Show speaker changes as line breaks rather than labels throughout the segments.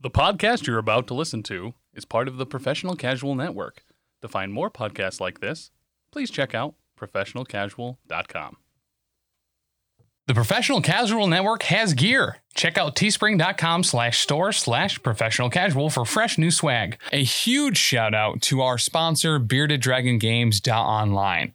The podcast you're about to listen to is part of the Professional Casual Network. To find more podcasts like this, please check out professionalcasual.com. The Professional Casual Network has gear. Check out teespring.com slash store slash professional casual for fresh new swag. A huge shout out to our sponsor, Bearded Dragon Games Online.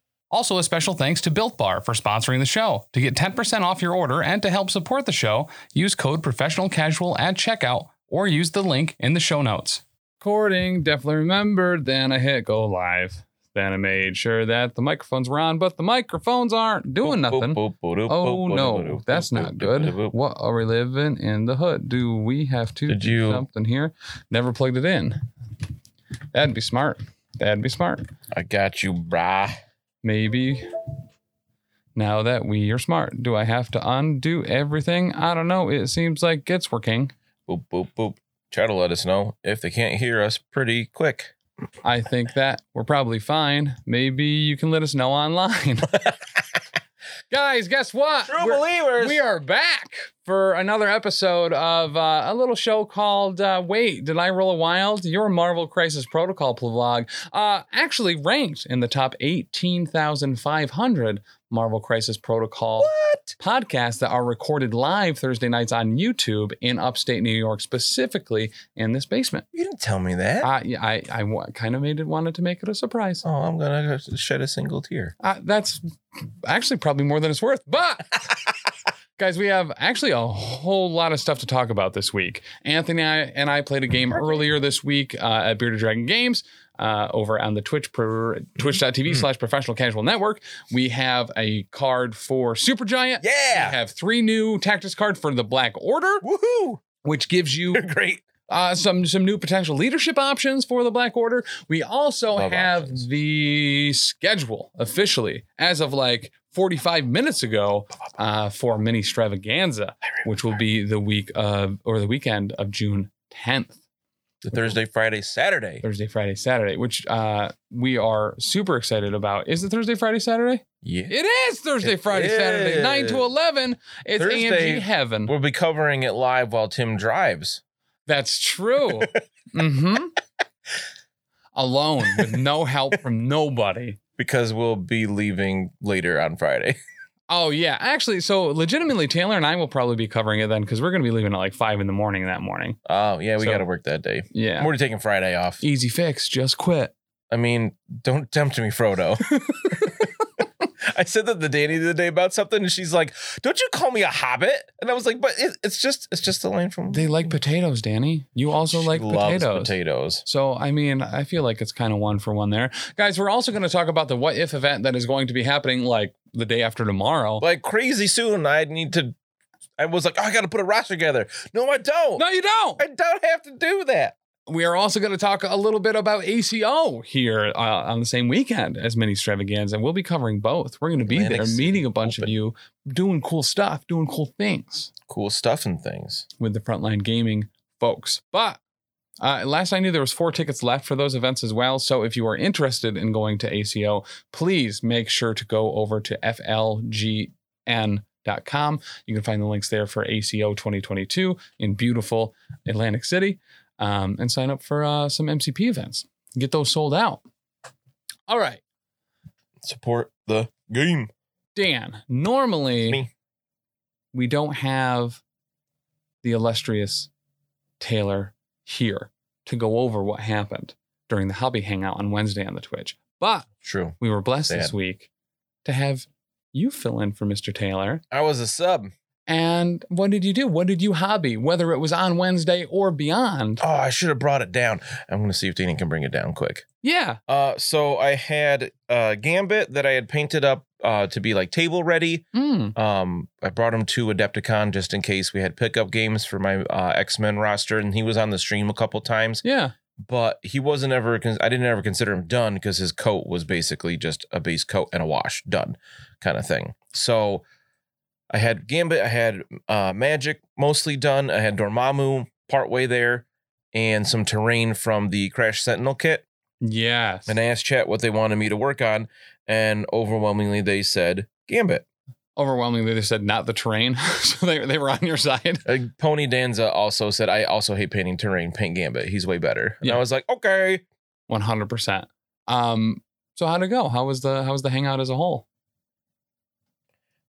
Also, a special thanks to Built Bar for sponsoring the show. To get 10% off your order and to help support the show, use code professional casual at checkout or use the link in the show notes. Recording, definitely remembered, then I hit go live. Then I made sure that the microphones were on, but the microphones aren't doing nothing. Oh no, that's not good. What are we living in the hood? Do we have to
Did
do
you-
something here? Never plugged it in. That'd be smart. That'd be smart.
I got you, brah.
Maybe now that we are smart, do I have to undo everything? I don't know. It seems like it's working.
Boop, boop, boop. Try to let us know if they can't hear us pretty quick.
I think that we're probably fine. Maybe you can let us know online. Guys, guess what? We're-
believers.
We are back for another episode of uh, a little show called uh, Wait, Did I Roll a Wild? Your Marvel Crisis Protocol vlog. Uh, actually ranked in the top 18,500 Marvel Crisis Protocol podcasts that are recorded live Thursday nights on YouTube in upstate New York, specifically in this basement.
You didn't tell me that.
I, I, I wa- kind of made it, wanted to make it a surprise.
oh, I'm gonna shed a single tear.
Uh, that's actually probably more than it's worth. But guys, we have actually a whole lot of stuff to talk about this week. Anthony and I, and I played a game earlier this week uh, at Bearded Dragon Games. Uh, over on the Twitch pro, twitch.tv slash professional casual network. We have a card for Supergiant. We
Yeah.
have three new tactics cards for the Black Order,
Woohoo!
which gives you
Great.
uh, some some new potential leadership options for the Black Order. We also
Love
have
options.
the schedule officially as of like 45 minutes ago uh, for Mini Stravaganza, which will be the week of or the weekend of June 10th,
The Thursday, Friday, Saturday.
Thursday, Friday, Saturday, which uh, we are super excited about. Is it Thursday, Friday, Saturday?
Yeah.
It is Thursday,
It
Friday, Saturday, 9 to
is.
11. It's
Thursday-
AMG Heaven.
We'll be covering it live while Tim drives.
That's true. hmm Alone with no help from nobody.
Because we'll be leaving later on Friday.
Oh yeah, actually, so legitimately, Taylor and I will probably be covering it then because we're going to be leaving at like five in the morning that morning.
Oh, yeah, we
So-
gotta work that day. I'm
Yeah,
already taking Friday off.
easy fix, just quit.
I mean, don't tempt me, Frodo. I said that to Danny the other day about something, and she's like, "Don't you call me a hobbit?" And I was like, "But it, it's just, it's just a line from."
They like potatoes, Danny. You also
She
like
loves
potatoes.
potatoes.
So, I mean, I feel like it's kind of one for one there. Guys, we're also going to talk about the what if event that is going to be happening like the day after tomorrow.
Like crazy soon, I need to. I was like, oh, "I got to put a roster together." No, I don't.
no, you don't.
I don't have to do that.
we are also going to talk a little bit about ACO here uh, on the same weekend as Mini Stravaganza, and we'll be covering both. We're going to be
Atlantic
there,
City
meeting a bunch of
Open.
you, doing cool stuff, doing cool things
Cool stuff and things.
with the Frontline Gaming folks. But uh, last I knew, there was four tickets left for those events as well. So if you are interested in going to ACO, please make sure to go over to flgn.com. You can find the links there for ACO 2022 in beautiful Atlantic City, um, and sign up for uh, some MCP events. Get those sold out. All right.
Support the game.
Dan, normally
Me.
we don't have the illustrious Taylor here to go over what happened during the hobby hangout on Wednesday on the Twitch. But
True.
we were blessed this
Sad.
week to have you fill in for Mr. Taylor.
I was a sub.
And what did you do? What did you hobby, whether it was on Wednesday or beyond?
Oh, I should have brought it down. I'm gonna see if Danny can bring it down quick.
Yeah.
Uh, so I had uh, Gambit that I had painted up uh, to be like table ready.
Mm.
Um, I brought him to Adepticon just in case we had pickup games for my uh, X Men roster, and he was on the stream a couple times.
Yeah.
but he wasn't ever. cons- I didn't ever consider him done because his coat was basically just a base coat and a wash, done, kind of thing. So I had Gambit, I had uh, Magic mostly done, I had Dormammu partway there, and some terrain from the Crash Sentinel kit.
Yes.
And I asked Chat what they wanted me to work on, and overwhelmingly they said Gambit.
Overwhelmingly, they said not the terrain, so they they were on your side.
Uh, Pony Danza also said, I also hate painting terrain. Paint Gambit. He's way better. And
Yeah.
I was like, okay.
One hundred percent. Um. So how'd it go? How was the how was the hangout as a whole?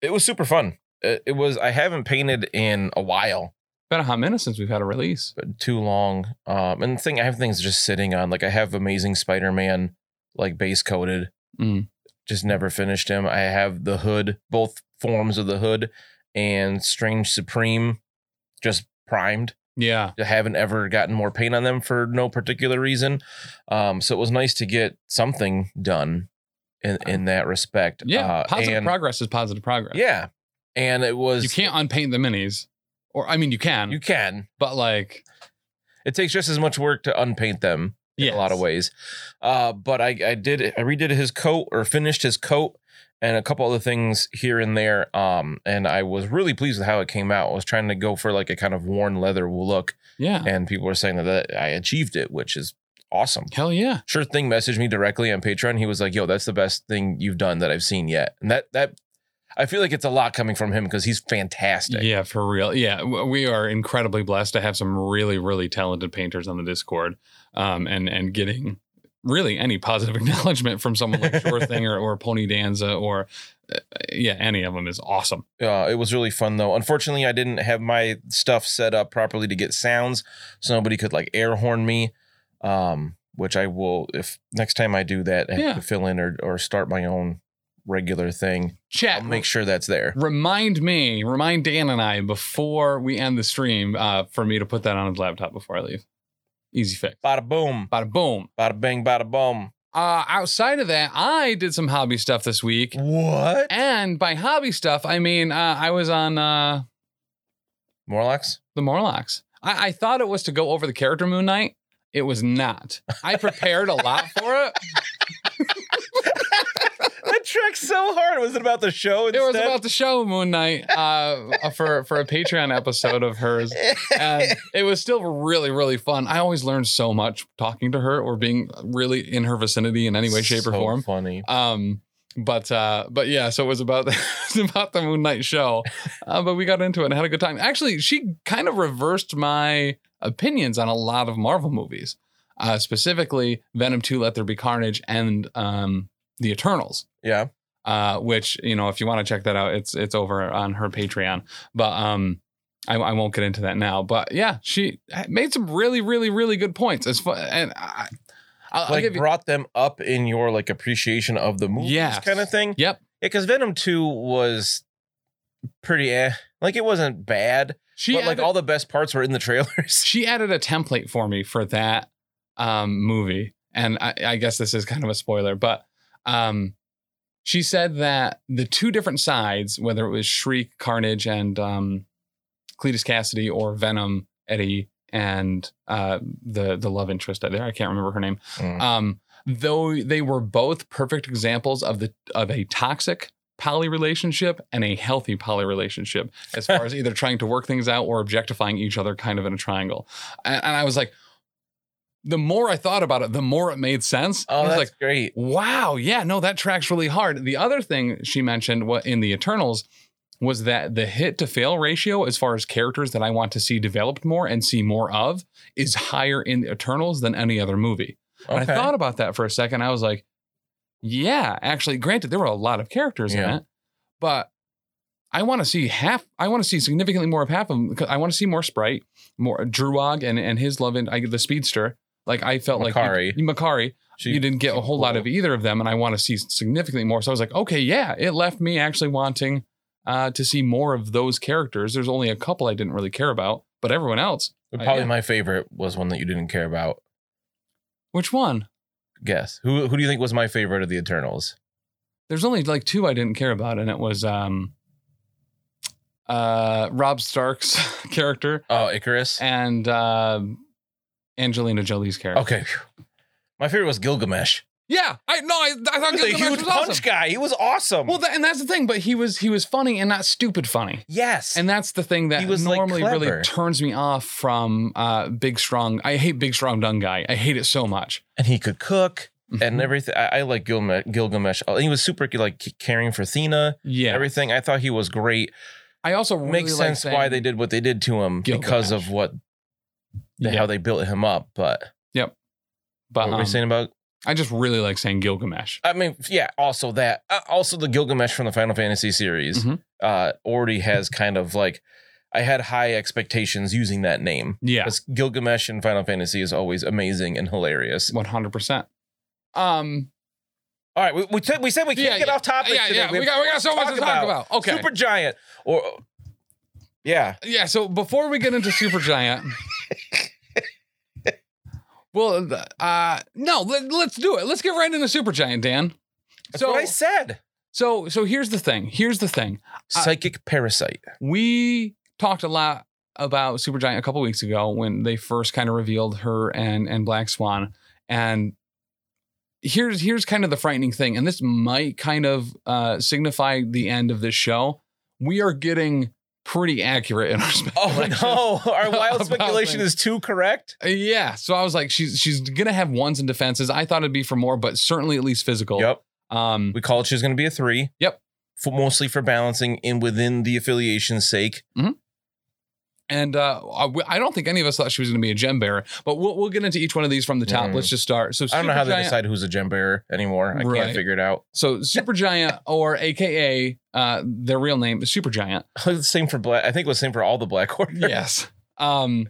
It was super fun. It, it was, I haven't painted in a while,
Been a hot minute since we've had a release.
but too long. Um, and the thing, I have things just sitting on, like, I have Amazing Spider Man, like, base coated.
Mm.
Just never finished him. I have the hood, both forms of the hood, and Strange Supreme just primed.
Yeah.
I haven't ever gotten more paint on them for no particular reason. Um, so it was nice to get something done in in that respect.
Yeah.
Uh,
positive
and-
progress is positive progress.
Yeah, and it was
You can't unpaint the minis, or I mean, you can,
You can.
but like
It takes just as much work to unpaint them in a lot of
yes.
ways. Uh, but I I did I redid his coat or finished his coat and a couple other things here and there. Um, and I was really pleased with how it came out. I was trying to go for like a kind of worn leather look,
Yeah.
and people were saying that, that I achieved it, which is awesome.
Hell yeah.
sure thing messaged me directly on Patreon. He was like, "Yo, that's the best thing you've done that I've seen yet." And that that I feel like it's a lot coming from him because he's fantastic.
Yeah, for real. Yeah, w- we are incredibly blessed to have some really, really talented painters on the Discord, um, and and getting really any positive acknowledgement from someone like Sure Thing or, or Pony Danza or uh, yeah, any of them is awesome.
Uh, it was really fun though. Unfortunately, I didn't have my stuff set up properly to get sounds, so nobody could like air horn me. Um, which I will if next time I do that, I have
Yeah.
to fill in or or start my own regular thing.
Chat,
I'll make sure that's there.
remind me, remind Dan and I before we end the stream uh, for me to put that on his laptop before I leave. Easy fix.
Bada boom,
Bada boom.
bada bang, bada boom.
Uh, outside of that, I did some hobby stuff this week.
What?
And by hobby stuff, I mean uh, I was on uh,
Morlocks?
the Morlocks. I, I thought it was to go over the character Moon Knight. It was not. I prepared a lot for it.
that track's so hard. Was it about the show?
It was
instead?
about the show Moon Knight uh, for for a Patreon episode of hers. And it was still really really fun. I always learned so much talking to her or being really in her vicinity in any way, shape, or
So
form.
Funny.
Um, but uh, but yeah, so it was about the, it was about the Moon Knight show. Uh, but we got into it and had a good time. Actually, she kind of reversed my opinions on a lot of Marvel movies, uh, specifically Venom Two, Let There Be Carnage, and um, the Eternals.
Yeah.
Uh, which you know, if you want to check that out, it's it's over on her Patreon. But um, I, I won't get into that now. But yeah, she made some really, really, really good points. As far and I, I'll, I'll
Like
give you.
brought them up in your like appreciation of the movies
Yes.
kind of thing.
Yep,
Yeah, because Venom 2 was pretty eh. Like it wasn't bad.
she
but like
added-
all the best parts were in the trailers.
she added a template for me for that um, movie, and I, I guess this is kind of a spoiler, but um, she said that the two different sides, whether it was Shriek, Carnage, and um, Cletus Cassidy, or Venom, Eddie, and uh, the the love interest there, I can't remember her name.
Mm.
Um, though they were both perfect examples of the of a toxic poly relationship and a healthy poly relationship, as far as either trying to work things out or objectifying each other, kind of in a triangle. And, and I was like, the more I thought about it, the more it made sense. I
oh,
was
that's
like,
great.
wow, yeah, no, that tracks really hard. The other thing she mentioned what in the Eternals was that the hit to fail ratio as far as characters that I want to see developed more and see more of is higher in the Eternals than any other movie.
Okay.
And I thought about that for a second. I was like, yeah, actually, granted, there were a lot of characters in
Yeah.
it, but I want to see half, I want to see significantly more of half of them. Because I want to see more Sprite, more Druog and, and his love and I, the speedster. Like I felt
Makari.
like you- Makari,
She-
you didn't get a
she's
whole lot
cool.
of either of them. And I want to see significantly more. So I was like, okay, yeah, it left me actually wanting uh, to see more of those characters. There's only a couple I didn't really care about, but everyone else,
probably
yeah.
my favorite was one that you didn't care about.
which one?
Guess. Who who do you think was my favorite of the Eternals?
there's only like two I didn't care about, and it was um uh Rob Stark's character
Oh, Icarus.
and uh Angelina Jolie's character.
Okay. My favorite was Gilgamesh.
Yeah, I no, I, I thought
He was a
Gilgamesh
huge
was
punch
awesome.
guy. He was awesome.
Well, tha- and that's the thing, but he was he was funny and not stupid funny.
yes.
And that's the thing that
He was, like,
normally
clever.
really turns me off from uh, big strong. I hate big strong dung guy. I hate it so much.
and he could cook and
Mhm.
everything. I, I like Gilgamesh. Gilgamesh. Uh, He was super like caring for Thena.
yeah,
Everything. I thought he was great.
I also really
Makes
like
sense
saying-
why they did what they did to him because
Gilgamesh.
of what
Yeah,
how they built him up. But
but
what were we
um,
saying about?
I just really like saying Gilgamesh.
I mean, yeah. Also that. Uh, also the Gilgamesh from the Final Fantasy series
Mhm.
uh, already has kind of like I had high expectations using that name.
Yeah,
Because Gilgamesh in Final Fantasy is always amazing and hilarious.
one hundred percent. Um,
All right, we we, said- we said we can't
Yeah,
get off topic
yeah,
today.
yeah, we got we got so much to talk about. Okay,
Super giant or yeah,
yeah so before we get into supergiant well uh no let, let's do it let's get right into supergiant dan
that's
so
what I said.
so so here's the thing here's the thing
uh, Psychic parasite.
we talked a lot about supergiant a couple weeks ago when they first kind of revealed her and and black swan and here's here's kind of the frightening thing and this might kind of uh signify the end of this show we are getting pretty accurate in our
Oh
speculations.
no, our wild
About
speculation
things.
is too correct.
Uh, Yeah, so I was like, she's she's gonna have ones and defenses. I thought it'd be for more, but certainly at least physical.
Yep,
Um.
we called she's going to be a three.
Yep.
for mostly for balancing and within the affiliation's sake.
And uh, I, I don't think any of us thought she was gonna be a gem bearer, but we'll we'll get into each one of these from the top.
Mm.
Let's just start. So
I don't know how they
Supergiant-
decide who's a gem bearer anymore. I
Right.
can't figure it out.
So Supergiant, or AKA uh, their real name, Supergiant.
same for black. I think it was same for all the black order.
Yes. Um.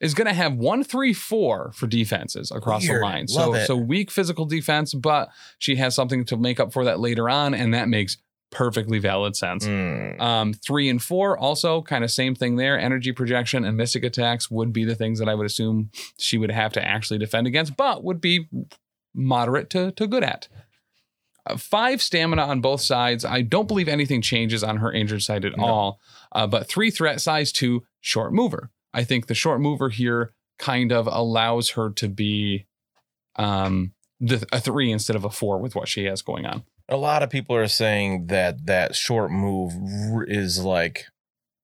Is going to have one, three, four for defenses across
Weird.
the line. so,
Love it.
so weak physical defense, but she has something to make up for that later on, and that makes perfectly valid sense.
Mm.
Um, three and four also kind of same thing there. Energy projection and mystic attacks would be the things that I would assume she would have to actually defend against, but would be moderate to to good at. Uh, five stamina on both sides. I don't believe anything changes on her injured side at
No.
all. Uh, but three threat size two short mover. I think the short mover here kind of allows her to be um the, a three instead of a four with what she has going on.
A lot of people are saying that that short move r- is like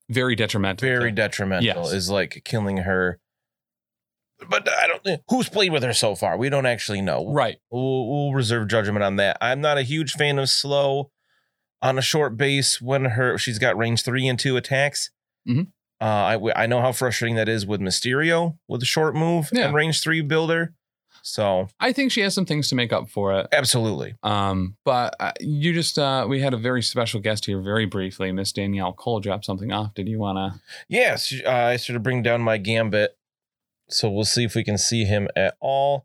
Very detrimental.
very detrimental.
Yes.
Is like killing her. But I don't. Who's played with her so far? We don't actually know.
right.
We'll, we'll reserve judgment on that. I'm not a huge fan of slow on a short base when her she's got range three and two attacks.
Mhm.
Uh, I I know how frustrating that is with Mysterio with a short move
Yeah.
and range three builder. So
I think she has some things to make up for it.
absolutely,
Um, but uh, you just uh, we had a very special guest here, very briefly. Miss Danielle Cole dropped something off. Did you wanna?
yes. uh, I sort of bring down my gambit. So we'll see if we can see him at all.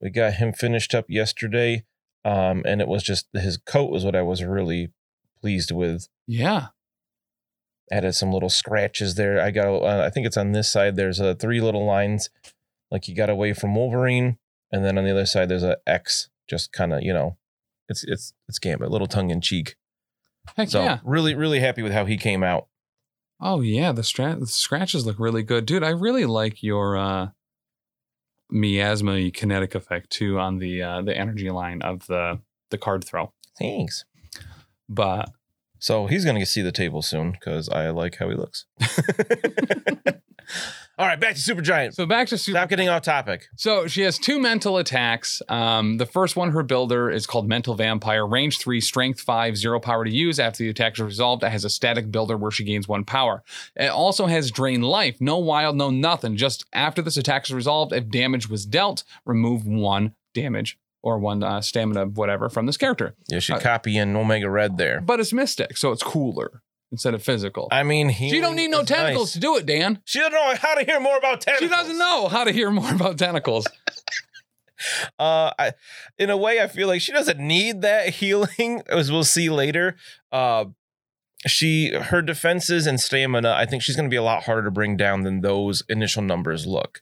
We got him finished up yesterday, um, and it was just his coat was what I was really pleased with.
Yeah,
added some little scratches there. I got, uh, I think it's on this side. There's uh, three little lines, like you got away from Wolverine, and then on the other side there's a X, just kind of you know, it's it's it's Gambit, little tongue in cheek.
heck
So
yeah.
really really happy with how he came out.
Oh yeah, the, stra- the scratches look really good, dude. I really like your uh, miasma kinetic effect too on the uh, the energy line of the the card throw.
Thanks.
But
So he's gonna see the table soon because I like how he looks. All right, back to Super Giant.
so back to super.
Stop getting off topic.
So she has two mental attacks. Um, the first one, her builder, is called Mental Vampire. Range three, strength five, zero power to use. After the attack is resolved, it has a static builder where she gains one power. It also has Drain Life. No wild, no nothing. Just after this attack is resolved, if damage was dealt, remove one damage or one uh, stamina, whatever, from this character.
You should
Uh,
copy in Omega Red there.
But it's mystic, so it's cooler instead of physical.
I mean,
She don't need no
healing is nice.
tentacles to do it, Dan.
She don't know how to hear more about
She
tentacles.
doesn't know how to hear more about tentacles.
uh I, in a way i feel like she doesn't need that healing as we'll see later uh she her defenses and stamina i think she's going to be a lot harder to bring down than those initial numbers look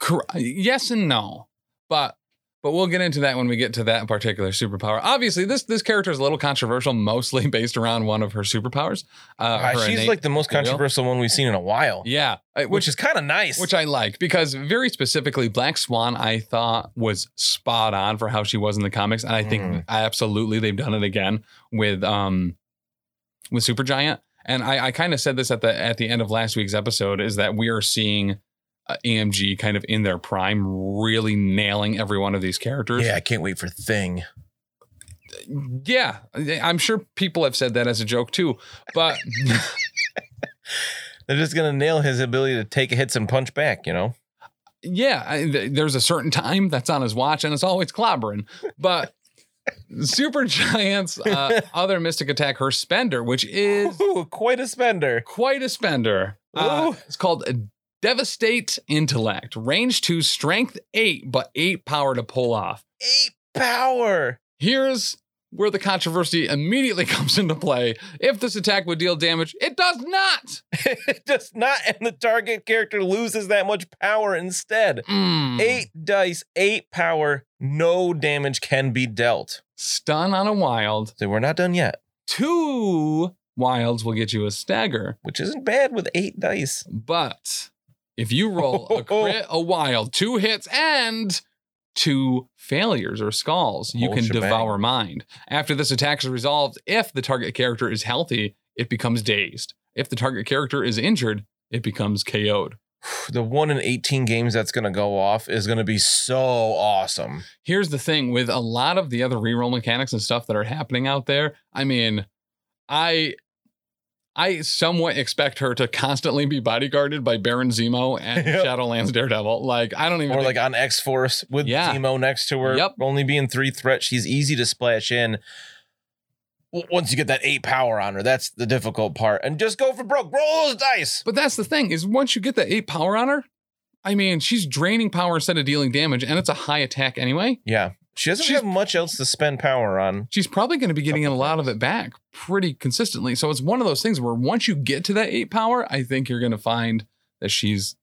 Cor- yes and no, but But we'll get into that when we get to that particular superpower. Obviously, this this character is a little controversial, mostly based around one of her superpowers. Uh,
Uh,
her
she's
innate-
like the most
skill.
controversial one we've seen in a while,
yeah, uh,
which, is kind of nice.
which I like because very specifically, Black Swan I thought was spot on for how she was in the comics, and I think
Mm.
I absolutely they've done it again with um with Supergiant. And I, I kind of said this at the at the end of last week's episode is that we are seeing uh, AMG kind of in their prime, really nailing every one of these characters.
yeah, I can't wait for Thing.
Yeah, I'm sure people have said that as a joke too, but
They're just gonna nail his ability to take hits and punch back. You know,
yeah, I, th- there's a certain time that's on his watch, and it's always clobbering. But Super Giant's uh, other Mystic Attack, her spender, which is
Ooh, quite a spender.
quite a spender, uh,
Ooh.
it's called Devastate Intellect, range two, strength eight, but eight power to pull off.
Eight power.
Here's where the controversy immediately comes into play. If this attack would deal damage, it does not.
it does not, and the target character loses that much power instead.
Mm.
Eight dice, eight power. No damage can be dealt.
stun on a wild.
So we're not done yet,
Two wilds will get you a stagger,
which isn't bad with eight dice.
but if you roll a crit, a wild, two hits, and two failures or skulls, you
Whole
can
shebang.
devour mind. After this attack is resolved, if the target character is healthy, it becomes dazed. If the target character is injured, it becomes KO'd.
The one in 18 games that's gonna go off is gonna be so awesome.
here's the thing with a lot of the other reroll mechanics and stuff that are happening out there. I mean, I I somewhat expect her to constantly be bodyguarded by Baron Zemo and
Yep.
Shadowlands Daredevil. Like I don't even
Or
think-
like on X Force with
Yeah.
Zemo next to her.
Yep.
Only being three threat, she's easy to splash in. W- Once you get that eight power on her, that's the difficult part. And just go for broke. Roll those dice.
But that's the thing is once you get that 8 power on her, I mean, she's draining power instead of dealing damage and it's a high attack anyway.
Yeah. She doesn't
She's-
have much else to spend power on.
She's probably going to be getting a lot of it back pretty consistently. So it's one of those things where once you get to that 8 power, I think you're going to find that she's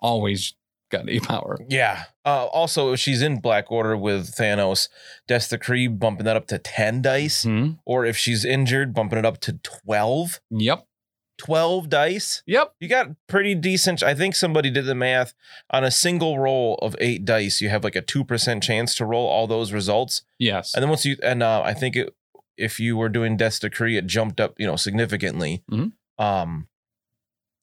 always got 8 power.
Yeah. Uh, also, she's in Black Order with Thanos. Death Decree bumping that up to 10 dice.
Hmm.
Or if she's injured, bumping it up to 12.
Yep.
12 dice.
Yep.
You got pretty decent. I think somebody did the math on a single roll of eight dice. You have like a two percent chance to roll all those results,
Yes.
and then once you and uh, I think it, if you were doing Death's Decree, it jumped up, you know, significantly.
Mhm.
Um,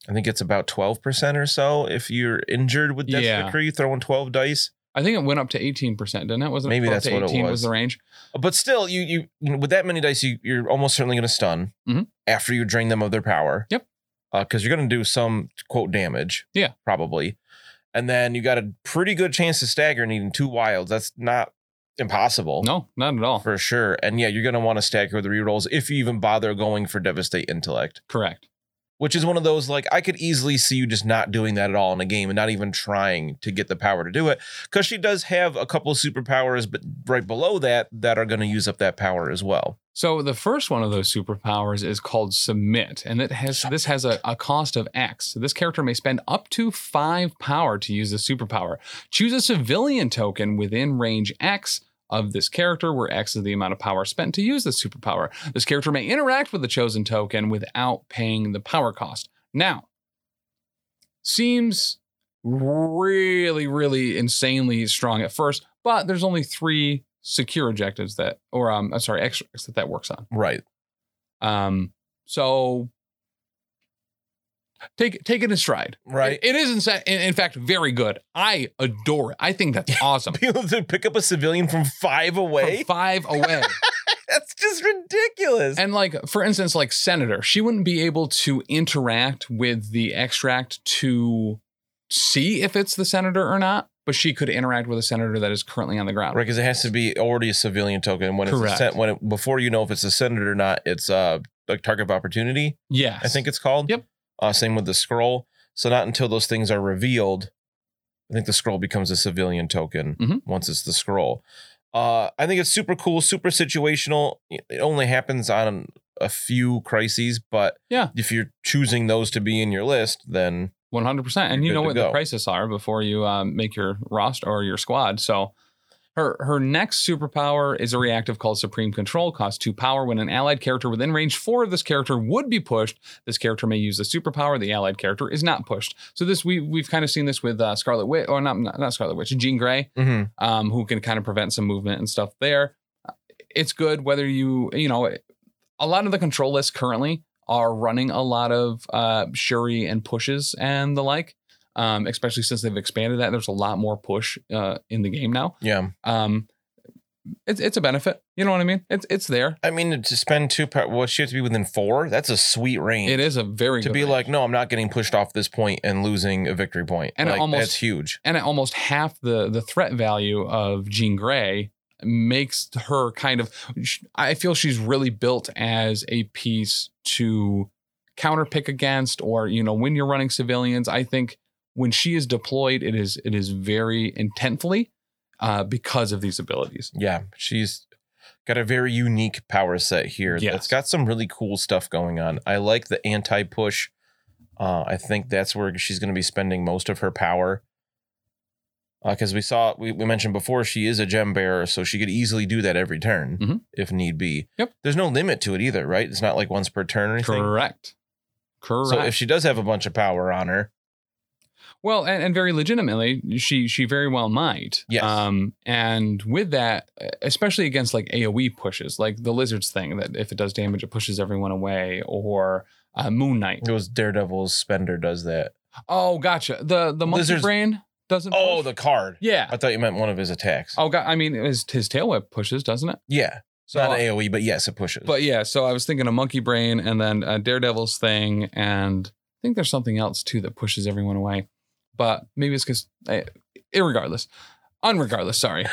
I think it's about twelve percent or so if you're injured with Death's
Yeah.
Decree, throwing twelve dice.
I think it went up to 18%, didn't it? Was it
Maybe
up
that's
to
what it
18 was.
was.
the range.
But still, you you, you know, with that many dice, you you're almost certainly going to stun
Mhm.
after you drain them of their power.
Yep.
Because you're going to do some quote damage.
Yeah.
probably. And then you got a pretty good chance to stagger needing two wilds. That's not impossible.
No, not at all.
For sure. And yeah, you're going to want to stagger with the rerolls if you even bother going for Devastate Intellect,
Correct.
which is one of those like I could easily see you just not doing that at all in a game and not even trying to get the power to do it because she does have a couple superpowers, but right below that, that are going to use up that power as well.
So the first one of those superpowers is called submit, and it has this has a, a cost of X. So this character may spend up to five power to use the superpower. Choose a civilian token within range X of this character, where X is the amount of power spent to use the superpower. This character may interact with the chosen token without paying the power cost. Now, seems really, really insanely strong at first, but there's only three secure objectives that, or um, I'm sorry, extracts that that works on.
Right.
Um, so take take it in stride.
Right.
It- it is in, sa- in, in fact very good. I adore it. I think that's awesome.
Be able to pick up a civilian from five away.
From five away.
That's just ridiculous.
And like for instance, like Senator, she wouldn't be able to interact with the extract to see if it's the senator or not, but she could interact with a senator that is currently on the ground.
Right, because it has to be already a civilian token. When it's a
Correct.
sen- when it, before you know if it's a senator or not, it's uh like target of opportunity.
Yes.
I think it's called.
Yep.
Uh, same with the scroll. So not until those things are revealed, I think the scroll becomes a civilian token
Mhm.
once it's the scroll. Uh, I think it's super cool, super situational. It only happens on a few crises, but
Yeah.
if you're choosing those to be in your list, then
One hundred percent, and
You're
you know
good to
what the
go.
prices are before you um, make your roster or your squad. So Her her next superpower is a reactive called Supreme Control. Costs two power. When an allied character within range four of this character would be pushed, this character may use the superpower. The allied character is not pushed. So this we we've kind of seen this with uh, Scarlet Witch, or not not not Scarlet Witch, Jean Grey
Mm-hmm.
um, who can kind of prevent some movement and stuff there. It's good whether you, you know, a lot of the control lists currently are running a lot of uh, Shuri and pushes and the like, um, especially since they've expanded that. There's a lot more push uh, in the game now.
Yeah.
Um, it's, it's a benefit. You know what I mean? It's it's there.
I mean, to spend two, power, well, she has to be within four. That's a sweet range.
It is a very
to
good
be
range.
like, no, I'm not getting pushed off this point and losing a victory point.
And
like,
almost-
that's huge.
and at almost half the the threat value of Jean Grey makes her kind of I feel she's really built as a piece to counterpick against or you know when you're running civilians I think when she is deployed it is it is very intentfully uh, because of these abilities.
Yeah, she's got a very unique power set here.
Yes.
It's got some really cool stuff going on. I like the anti push. Uh, I think that's where she's going to be spending most of her power. Because we saw, we, we mentioned before, she is a gem bearer, so she could easily do that every turn
Mhm.
if need be.
Yep.
There's no limit to it either, right? It's not like once per turn or anything.
Correct. Correct.
So if she does have a bunch of power on her,
Well, and, and very legitimately, she she very well might.
Yes.
Um, and with that, especially against like AOE pushes, like the lizards thing, that if it does damage, it pushes everyone away, or uh, Moon Knight.
it was Daredevil's Spender does that.
Oh, gotcha. The the monkey
Lizards-
brain doesn't.
Oh,
push?
the card.
yeah.
I thought you meant one of his attacks.
Oh, God. I mean, his his tail whip pushes, doesn't it?
Yeah. It's
So,
not an AoE, but yes, it pushes.
but yeah. So I was thinking a monkey brain, and then a Daredevil's thing, and I think there's something else too that pushes everyone away. But maybe it's because, irregardless, unregardless. Sorry.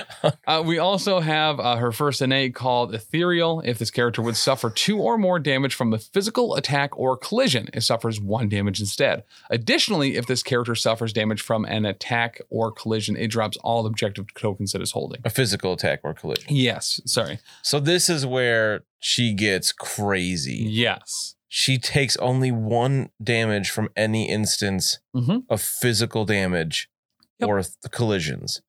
Uh, we also have uh, her first innate called Ethereal. If this character would suffer two or more damage from the physical attack or collision, it suffers one damage instead. Additionally, if this character suffers damage from an attack or collision, it drops all objective tokens it is holding.
a physical attack or collision.
Yes, sorry.
So this is where she gets crazy.
Yes.
She takes only one damage from any instance
Mhm.
of physical damage
Yep.
or th- collisions.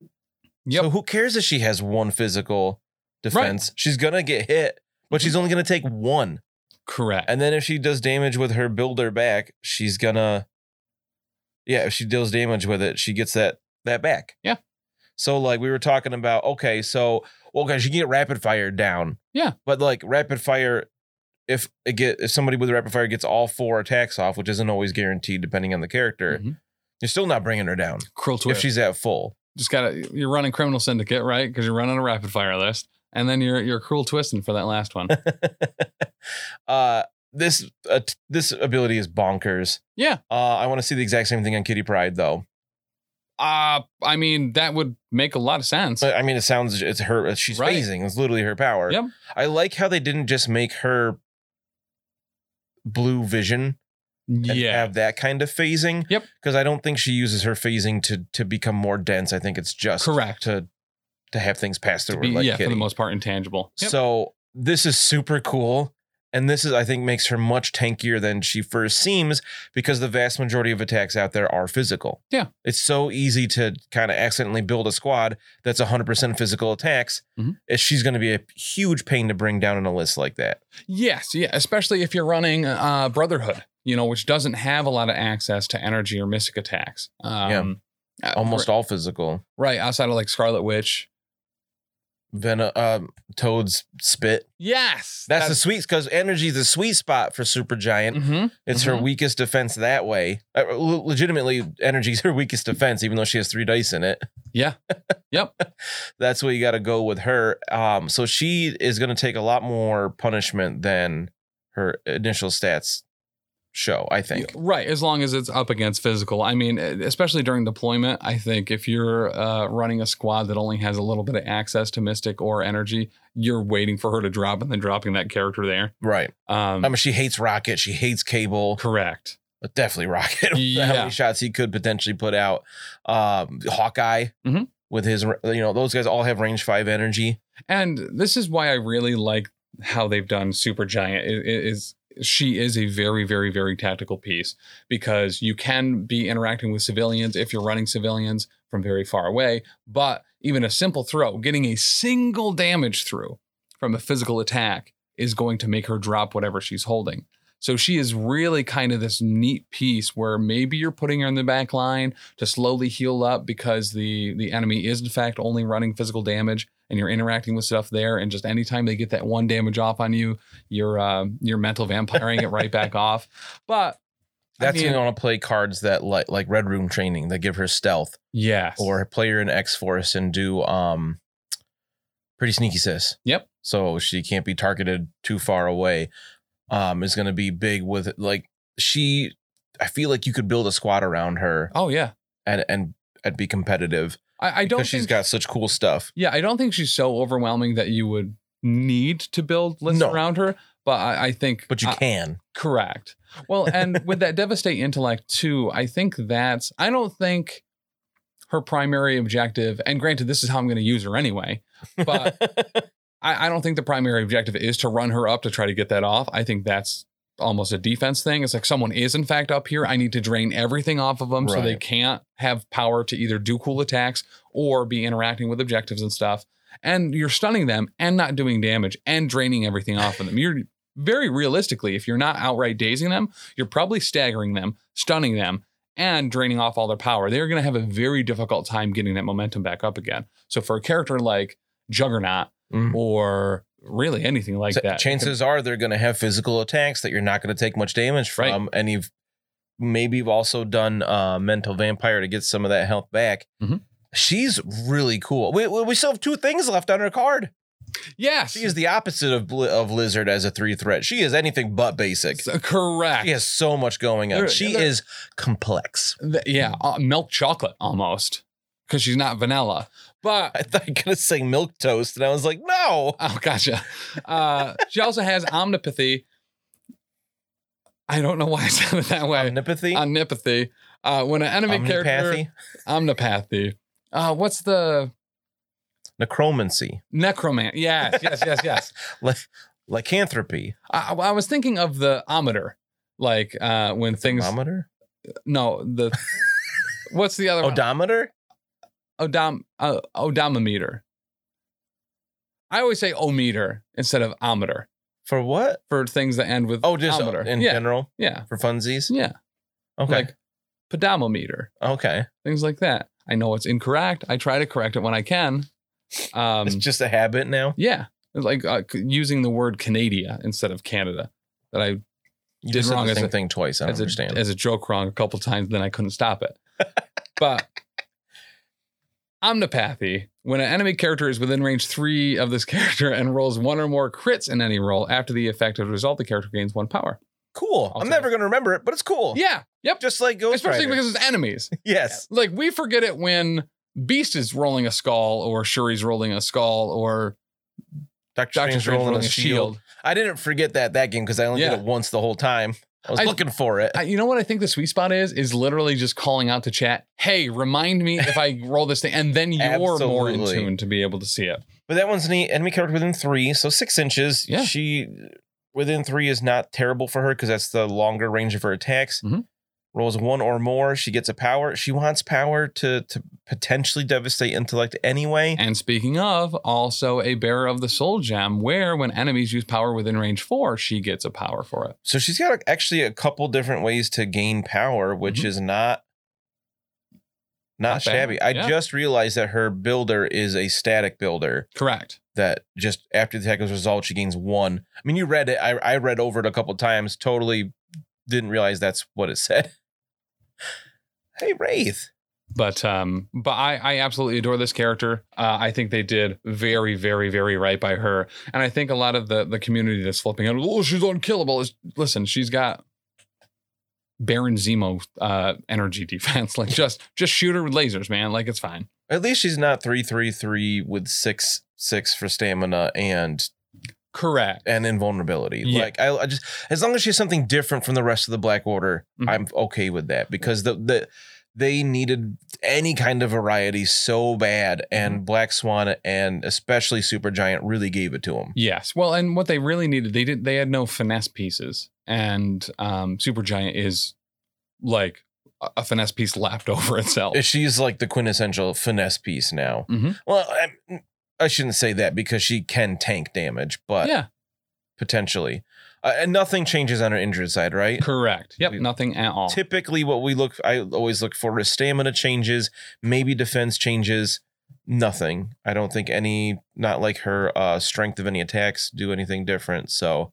Yep.
So who cares if she has one physical defense? She's gonna get hit, but
Mm-hmm.
she's only gonna take one.
Correct.
And then if she does damage with her builder back, she's gonna Yeah, if she deals damage with it, she gets that that back.
Yeah.
So like we were talking about, okay, so well, okay, she can get rapid fire down.
Yeah.
But like rapid fire if it get if somebody with rapid fire gets all four attacks off, which isn't always guaranteed depending on the character,
Mhm.
you're still not bringing her down
Cruel twist.
if she's at full.
just gotta you're running criminal syndicate right because you're running a rapid fire list and then you're you're cruel twisting for that last one
uh this uh, t- this ability is bonkers.
Yeah.
Uh I want to see the exact same thing on Kitty Pride though.
uh i mean that would make a lot of sense
But, I mean, it sounds it's her. She's
Right.
phasing. It's literally her power.
Yep.
I like how they didn't just make her blue vision and
yeah
have that kind of phasing.
Yep.
Because I don't think she uses her phasing to to become more dense. I think it's just
correct
to to have things pass through
To
her
be-
like
yeah for
Kitty.
the most part intangible Yep.
So this is super cool. And this is, I think, makes her much tankier than she first seems because the vast majority of attacks out there are physical.
Yeah.
It's so easy to kind of accidentally build a squad that's 100% physical attacks.
Mhm.
It's- She's going to be a huge pain to bring down in a list like that.
yes yeah especially if you're running uh brotherhood you know which doesn't have a lot of access to energy or mystic attacks um yeah.
Almost all physical.
right outside of like scarlet witch
Ven- uh, Toad's spit.
yes
That's, the sweet, because energy is the sweet spot for Super Giant.
Mhm.
It's her
Mhm.
weakest defense that way. Uh, le- legitimately, energy's her weakest defense, even though she has three dice in it.
Yeah. Yep.
That's where you got to go with her. Um, so she is going to take a lot more punishment than her initial stats show, I think.
Right, as long as it's up against physical. I mean, e, especially during deployment, I think if you're uh, running a squad that only has a little bit of access to mystic or energy, you're waiting for her to drop and then dropping that character there.
Right.
Um,
I mean, she hates Rocket. She hates Cable,
correct.
but definitely Rocket. How
Yeah.
many shots he could potentially put out. Um, Hawkeye
Mhm.
with his, you know, those guys all have range five energy.
And this is why I really like how they've done Super Giant. is she is a very, very, very tactical piece because you can be interacting with civilians if you're running civilians from very far away, but even a simple throw, getting a single damage through from a physical attack is going to make her drop whatever she's holding. So she is really kind of this neat piece where maybe you're putting her in the back line to slowly heal up because the the enemy is in fact only running physical damage and you're interacting with stuff there and just anytime they get that one damage off on you, you're uh, you're mental vampiring it right back off. But I
That's when
mean,
you want to play cards that like like Red Room training that give her stealth,
yes.
or play her in X Force and do um, pretty sneaky sis.
Yep.
So she can't be targeted too far away. Um, is going to be big with like she. I feel like you could build a squad around her
oh yeah.
and and and be competitive
I, I don't
because
think
she's got such cool stuff.
Yeah, I don't think she's so overwhelming that you would need to build lists
No.
around her, but I, I think
But you
I-
can.
correct. Well, and with that devastate intellect too, I think that's I don't think her primary objective, and granted, this is how I'm going to use her anyway. But I, I don't think the primary objective is to run her up to try to get that off. I think that's almost a defense thing. It's like someone is in fact up here. I need to drain everything off of them so they
Right.
can't have power to either do cool attacks or be interacting with objectives and stuff. And you're stunning them and not doing damage and draining everything off of them. You're very realistically, if you're not outright dazing them, you're probably staggering them, stunning them, and draining off all their power. They're going to have a very difficult time getting that momentum back up again. So for a character like Juggernaut,
Mm.
or really anything like
So
that.
Chances are they're going to have physical attacks that you're not going to take much damage
Right.
from, and you've maybe you've also done uh, mental vampire to get some of that health back.
Mhm.
She's really cool. We, we we still have two things left on her card.
yes,
She is the opposite of Bli- of lizard as a three threat. She is anything but basic.
So- uh, correct.
She has so much going on.
There-
she
there-
is complex.
Th-
Mm.
yeah, uh, milk chocolate almost because she's not vanilla, but.
I thought you were going to say milk toast, and I was like, no.
Oh, gotcha. Uh, she also has omnipathy. I don't know why I said it that way.
Omnipathy,
Omnipathy. Uh, when an enemy character,
omnipathy,
omnipathy. Uh, what's the
necromancy,
necromant? Yes, yes, yes, yes.
ly- lycanthropy,
I, I was thinking of the ometer, like uh, when things.
thermometer,
No, the. what's the other one?
odometer.
odom uh, odometer. I always say ometer instead of ometer
For what?
for things that end with
Oh, just
ometer.
in
yeah,
general
yeah,
for funsies.
yeah.
Okay.
Like pedometer,
okay.
things like that. I know it's incorrect. I try to correct it when I can. Um,
it's just a habit now.
yeah, It's like uh, c- using the word Canada instead of Canada that I
You
did
just said
wrong
the
as
same
a-
thing twice. I don't
as
understand.
a as a joke wrong a couple times, then I couldn't stop it. but omnipathy, when an enemy character is within range three of this character and rolls one or more crits in any roll, after the effective result, the character gains one power.
cool.
I'll
I'm
say
never going to remember it, but it's cool.
Yeah, yep.
Just like Ghost
Especially
Rider.
because it's enemies.
yes.
Like we forget it when Beast is rolling a skull, or Shuri's rolling a skull, or Doctor
Doctor Strange
Strange
rolling,
rolling
a shield. I didn't forget that that game because I only
Yeah.
did it once the whole time. I was
I-
looking for it.
I, you know what I think the sweet spot is? Is literally just calling out to chat, hey, remind me if I roll this thing. And then you're more in
Absolutely.
tune to be able to see it.
but that one's neat. Enemy character within three, so six inches.
Yeah.
She within three is not terrible for her because that's the longer range of her attacks.
Mhm.
Rolls one or more, she gets a power. She wants power to to potentially devastate intellect anyway.
And speaking of, also a bearer of the soul gem, where when enemies use power within range four, she gets a power for it.
So she's got actually a couple different ways to gain power, which
Mhm.
is not not,
Not bad,
shabby. I
yeah.
just realized that her builder is a static builder
Correct.
that just after the attack is resolved, she gains one. I mean, you read it. I, I read over it a couple times. Totally didn't realize that's what it said. Hey, Wraith.
But um, but I, I absolutely adore this character. Uh, I think they did very, very, very right by her, and I think a lot of the the community that's flipping out, oh, she's unkillable. Is listen, she's got Baron Zemo uh, energy defense. Like just just shoot her with lasers, man. Like it's fine.
At least she's not three three three with six six for stamina and
Correct.
and invulnerability.
Yeah.
Like I, I just as long as she's something different from the rest of the Black Order,
Mhm.
I'm okay with that because the the they needed any kind of variety so bad, and Black Swan and especially Supergiant really gave it to them.
Yes. Well, and what they really needed, they did they had no finesse pieces. And um Supergiant is like a- a finesse piece left over itself.
She's like the quintessential finesse piece now.
Mhm.
Well, I, I shouldn't say that because she can tank damage, but
Yeah,
potentially. Uh, and nothing changes on her injured side, right?
correct. Yep,
We-
nothing at all.
Typically, what we look, I always look for is stamina changes, maybe defense changes, nothing. I don't think any, not like her uh, strength of any attacks do anything different. So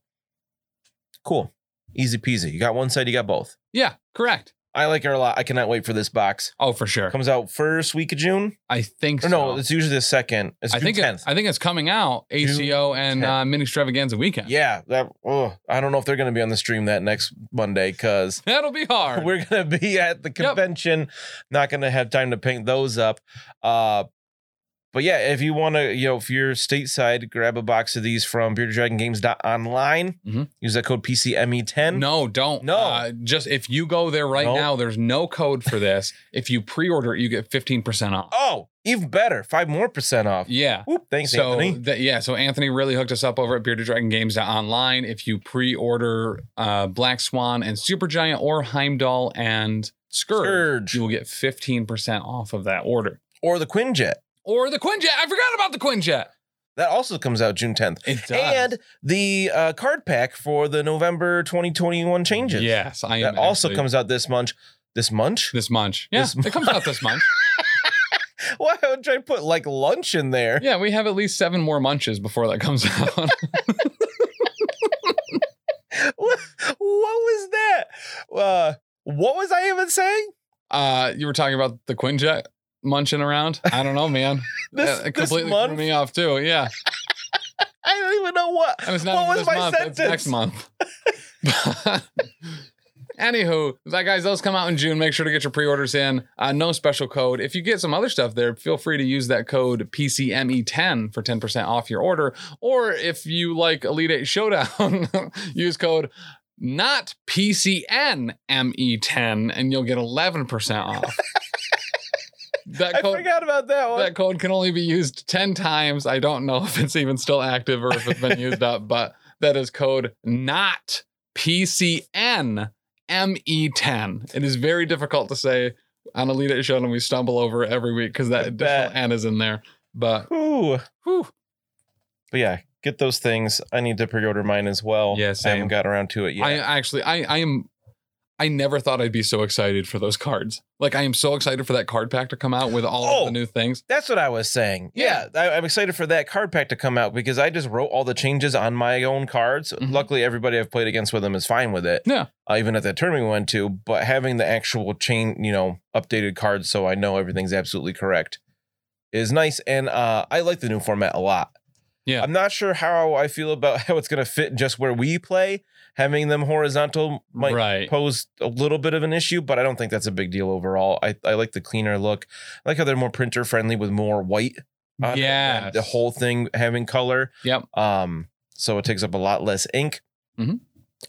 cool. Easy peasy. You got one side, you got both.
Yeah, correct.
I like her a lot. I cannot wait for this box.
Oh, for sure.
Comes out first week of June.
I think so.
Or no, it's usually the second. It's
I
June
think it-
10th.
I think it's coming out ACO and
10th.
uh, mini extravaganza weekend.
yeah, that. Oh, I don't know if they're going to be on the stream that next Monday because
that'll be hard.
we're going to be at the convention. Not going to have time to paint those up. Uh, but yeah, if you want to, you know, if you're stateside, grab a box of these from beardeddragongames.online.
Mhm.
Use that code PCME10.
No, don't.
No.
Uh, just if you go there right
No.
now, there's no code for this. if you pre-order it, you get 15% off.
Oh, even better. Five more percent off.
Yeah.
Whoop, Oh. thanks,
so
Anthony.
that- yeah, so Anthony really hooked us up over at beardeddragongames.online. If you pre-order uh, Black Swan and Supergiant or Heimdall and Scourge,
Scourge.
you will get 15% off of that order.
Or the Quinjet.
Or the Quinjet. I forgot about the Quinjet.
That also comes out June 10th.
It does.
And the uh, card pack for the November 2021 changes.
Yes, I am.
That also
actually-
comes out this month. This month?
this munch. Yeah,
This
it comes out this month.
Why would I put like lunch in there?
Yeah, we have at least seven more munches before that comes out.
What, what was that? Uh, what was I even saying?
uh, you were talking about the Quinjet munching around. I don't know, man.
This,
That
this
completely threw
month?
me off too. Yeah,
I don't even know what.
and it's not
What
even
was
this
my
month. It's next
sentence?
month. Anywho, that guys, those come out in June. Make sure to get your pre-orders in. Uh, no special code. If you get some other stuff there, feel free to use that code PCME10 E for 10% off your order. Or if you like Elite Eight Showdown, use code not PCNME10 E and you'll get 11% off.
I
that code
forgot about that one.
that code can only be used 10 times. I don't know if it's even still active or if it's been used up, but that is code not PCN ME10. E It is very difficult to say on Elite Eight Show, and we stumble over it every week because that
I
additional
bet.
N is in there. But
Ooh.
whew,
But yeah, get those things. I need to pre-order mine as well.
Yeah,
I
same.
haven't got around to it yet.
I actually, I, I am. I never thought I'd be so excited for those cards. Like I am so excited for that card pack to come out with all of
Oh.
the new things.
That's what I was saying.
Yeah.
Yeah, I, I'm excited for that card pack to come out because I just wrote all the changes on my own cards.
Mhm.
Luckily, everybody I've played against with them is fine with it.
Yeah.
Uh, even at that tournament we went to, but having the actual chain, you know, updated cards so I know everything's absolutely correct is nice. And uh, I like the new format a lot.
Yeah.
I'm not sure how I feel about how it's going to fit just where we play. Having them horizontal might
right.
posed a little bit of an issue, but I don't think that's a big deal overall. I, I like the cleaner look. I like how they're more printer friendly with more white. on it
Yes.
and The whole thing having color.
Yep.
Um, so it takes up a lot less ink.
Mhm.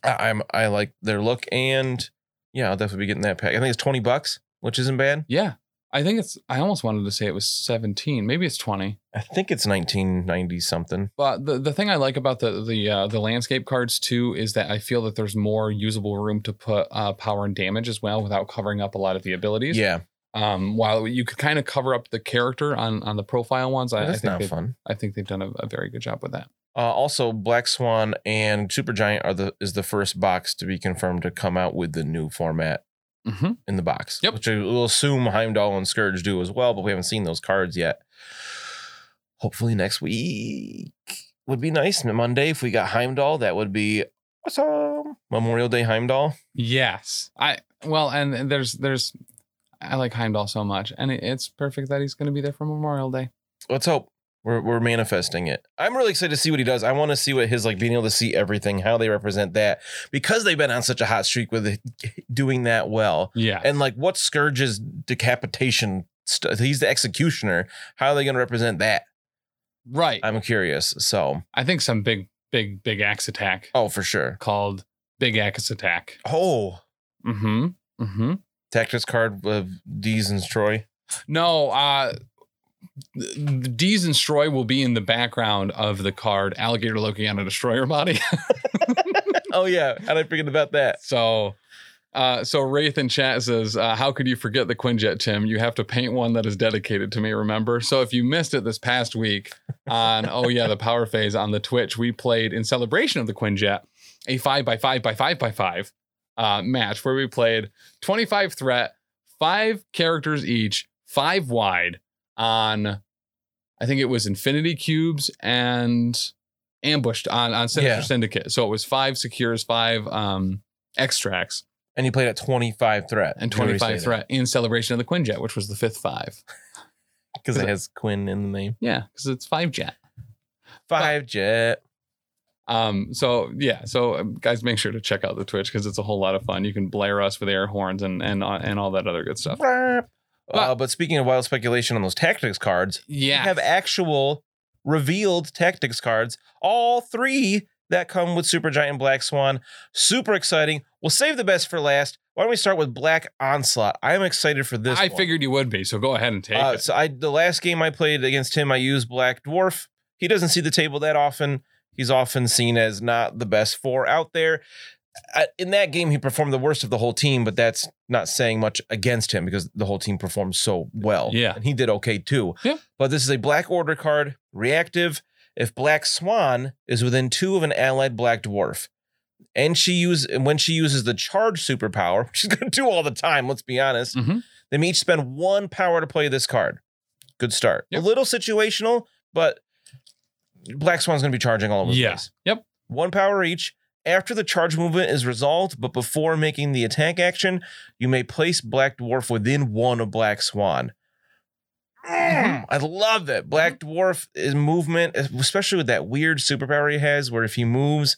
I, I'm I like their look and yeah, I'll definitely be getting that pack. I think it's 20 bucks, which isn't bad.
Yeah. I think it's I almost wanted to say it was 17. Maybe it's 20.
I think it's 1990 something.
But the, the thing I like about the the uh, the landscape cards too is that I feel that there's more usable room to put uh, power and damage as well without covering up a lot of the abilities.
Yeah.
Um, while you could kind of cover up the character on on the profile ones, I, I
That's
think
not
they've-
fun.
I think they've done a, a very good job with that.
Uh, also, Black Swan and Supergiant are the is the first box to be confirmed to come out with the new format.
hmm
in the box.
Yep.
Which I will assume Heimdall and Scourge do as well, but we haven't seen those cards yet. Hopefully next week would be nice. Monday, if we got Heimdall, that would be awesome. Memorial Day Heimdall.
Yes, I well, and and there's there's I like Heimdall so much, and it, it's perfect that he's going to be there for Memorial Day.
Let's hope. We're, we're manifesting it. I'm really excited to see what he does. I want to see what his like being able to see everything, how they represent that, because they've been on such a hot streak with it, doing that well.
Yeah,
And like, what Scourge's decapitation? St- he's the executioner. How are they going to represent that?
right.
I'm curious. So,
I think some big big big axe attack.
oh, for sure.
called Big Axe Attack.
Oh,
Mm-hmm. Mm-hmm.
tactics card of D's and Troy.
No, uh the D's and Stroy will be in the background of the card Alligator Loki on a Destroyer body.
oh yeah, and I forget about that.
so Uh, so Wraith in chat says, uh, "How could you forget the Quinjet, Tim? You have to paint one that is dedicated to me. Remember. So if you missed it this past week on oh yeah the Power Phase on the Twitch, we played in celebration of the Quinjet a five by five by five by five uh, match where we played twenty five threat, five characters each, five wide on, I think it was Infinity Cubes and ambushed on on Sinister
Yeah.
Syndicate. So it was five secures, five um extracts."
And he played at 25 threat.
and 25 threat in celebration of the Quinjet, which was the fifth five.
Because it has Quinn in the name.
Yeah, because it's five jet.
Five jet.
Um, so yeah, so um, guys, make sure to check out the Twitch because it's a whole lot of fun. You can blare us with air horns and and and all that other good stuff.
Uh, but speaking of wild speculation on those tactics cards,
Yeah,
we have actual revealed tactics cards, all three that come with Super Giant Black Swan. Super exciting. We'll save the best for last. Why don't we start with Black Onslaught? I'm excited for this.
I
one.
figured you would be, so go ahead and take
Uh,
it.
so I the last game I played against him, I used Black Dwarf. He doesn't see the table that often. He's often seen as not the best four out there. Uh, In that game, he performed the worst of the whole team, but that's not saying much against him because the whole team performed so well.
Yeah.
and he did okay too.
Yeah.
but this is a Black Order card, reactive. If Black Swan is within two of an allied Black Dwarf, and she use and when she uses the charge superpower, which she's going to do all the time. Let's be honest.
Mhm.
They may each spend one power to play this card. Good start.
Yep.
A little situational, but Black Swan's going to be charging all over the
Yeah.
place.
Yep.
One power each. After the charge movement is resolved, but before making the attack action, you may place Black Dwarf within one of Black Swan.
Mm-hmm.
Mm, I love it. Black Dwarf is movement, especially with that weird superpower he has, where if he moves,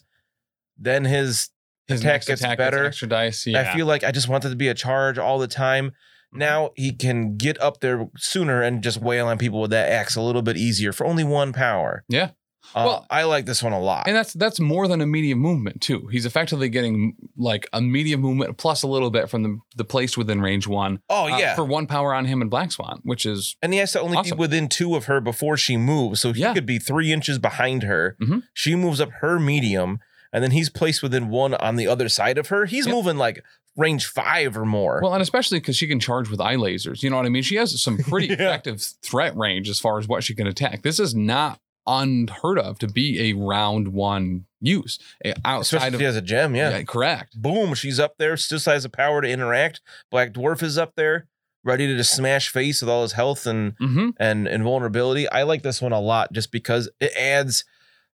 then his
His
attack
next
gets
attack
better.
gets extra dice. Yeah, Mm-hmm.
I feel like I just want that to be a charge all the time. Now he can get up there sooner and just wail on people with that axe a little bit easier for only one power.
Yeah.
Uh,
Well-
I like this one a lot.
and that's that's more than a media movement too. He's effectively getting like a media movement plus a little bit from the the place within range one.
oh,
uh,
yeah.
for one power on him and Black Swan, which is
and he has to only
Awesome.
be within two of her before she moves. So he
Yeah.
could be three inches behind her.
Mhm.
She moves up her medium, and then he's placed within one on the other side of her. He's
Yep.
moving like range five or more.
Well, and especially because she can charge with eye lasers. You know what I mean? She has some pretty
Yeah.
effective threat range as far as what she can attack. This is not unheard of to be a round one use eh,
Especially
outside
if
of
he has a gem. Yeah.
Yeah, correct.
boom, she's up there, still has the power to interact. Black Dwarf is up there, ready to just smash face with all his health and
hmm
and and vulnerability. I like this one a lot just because it adds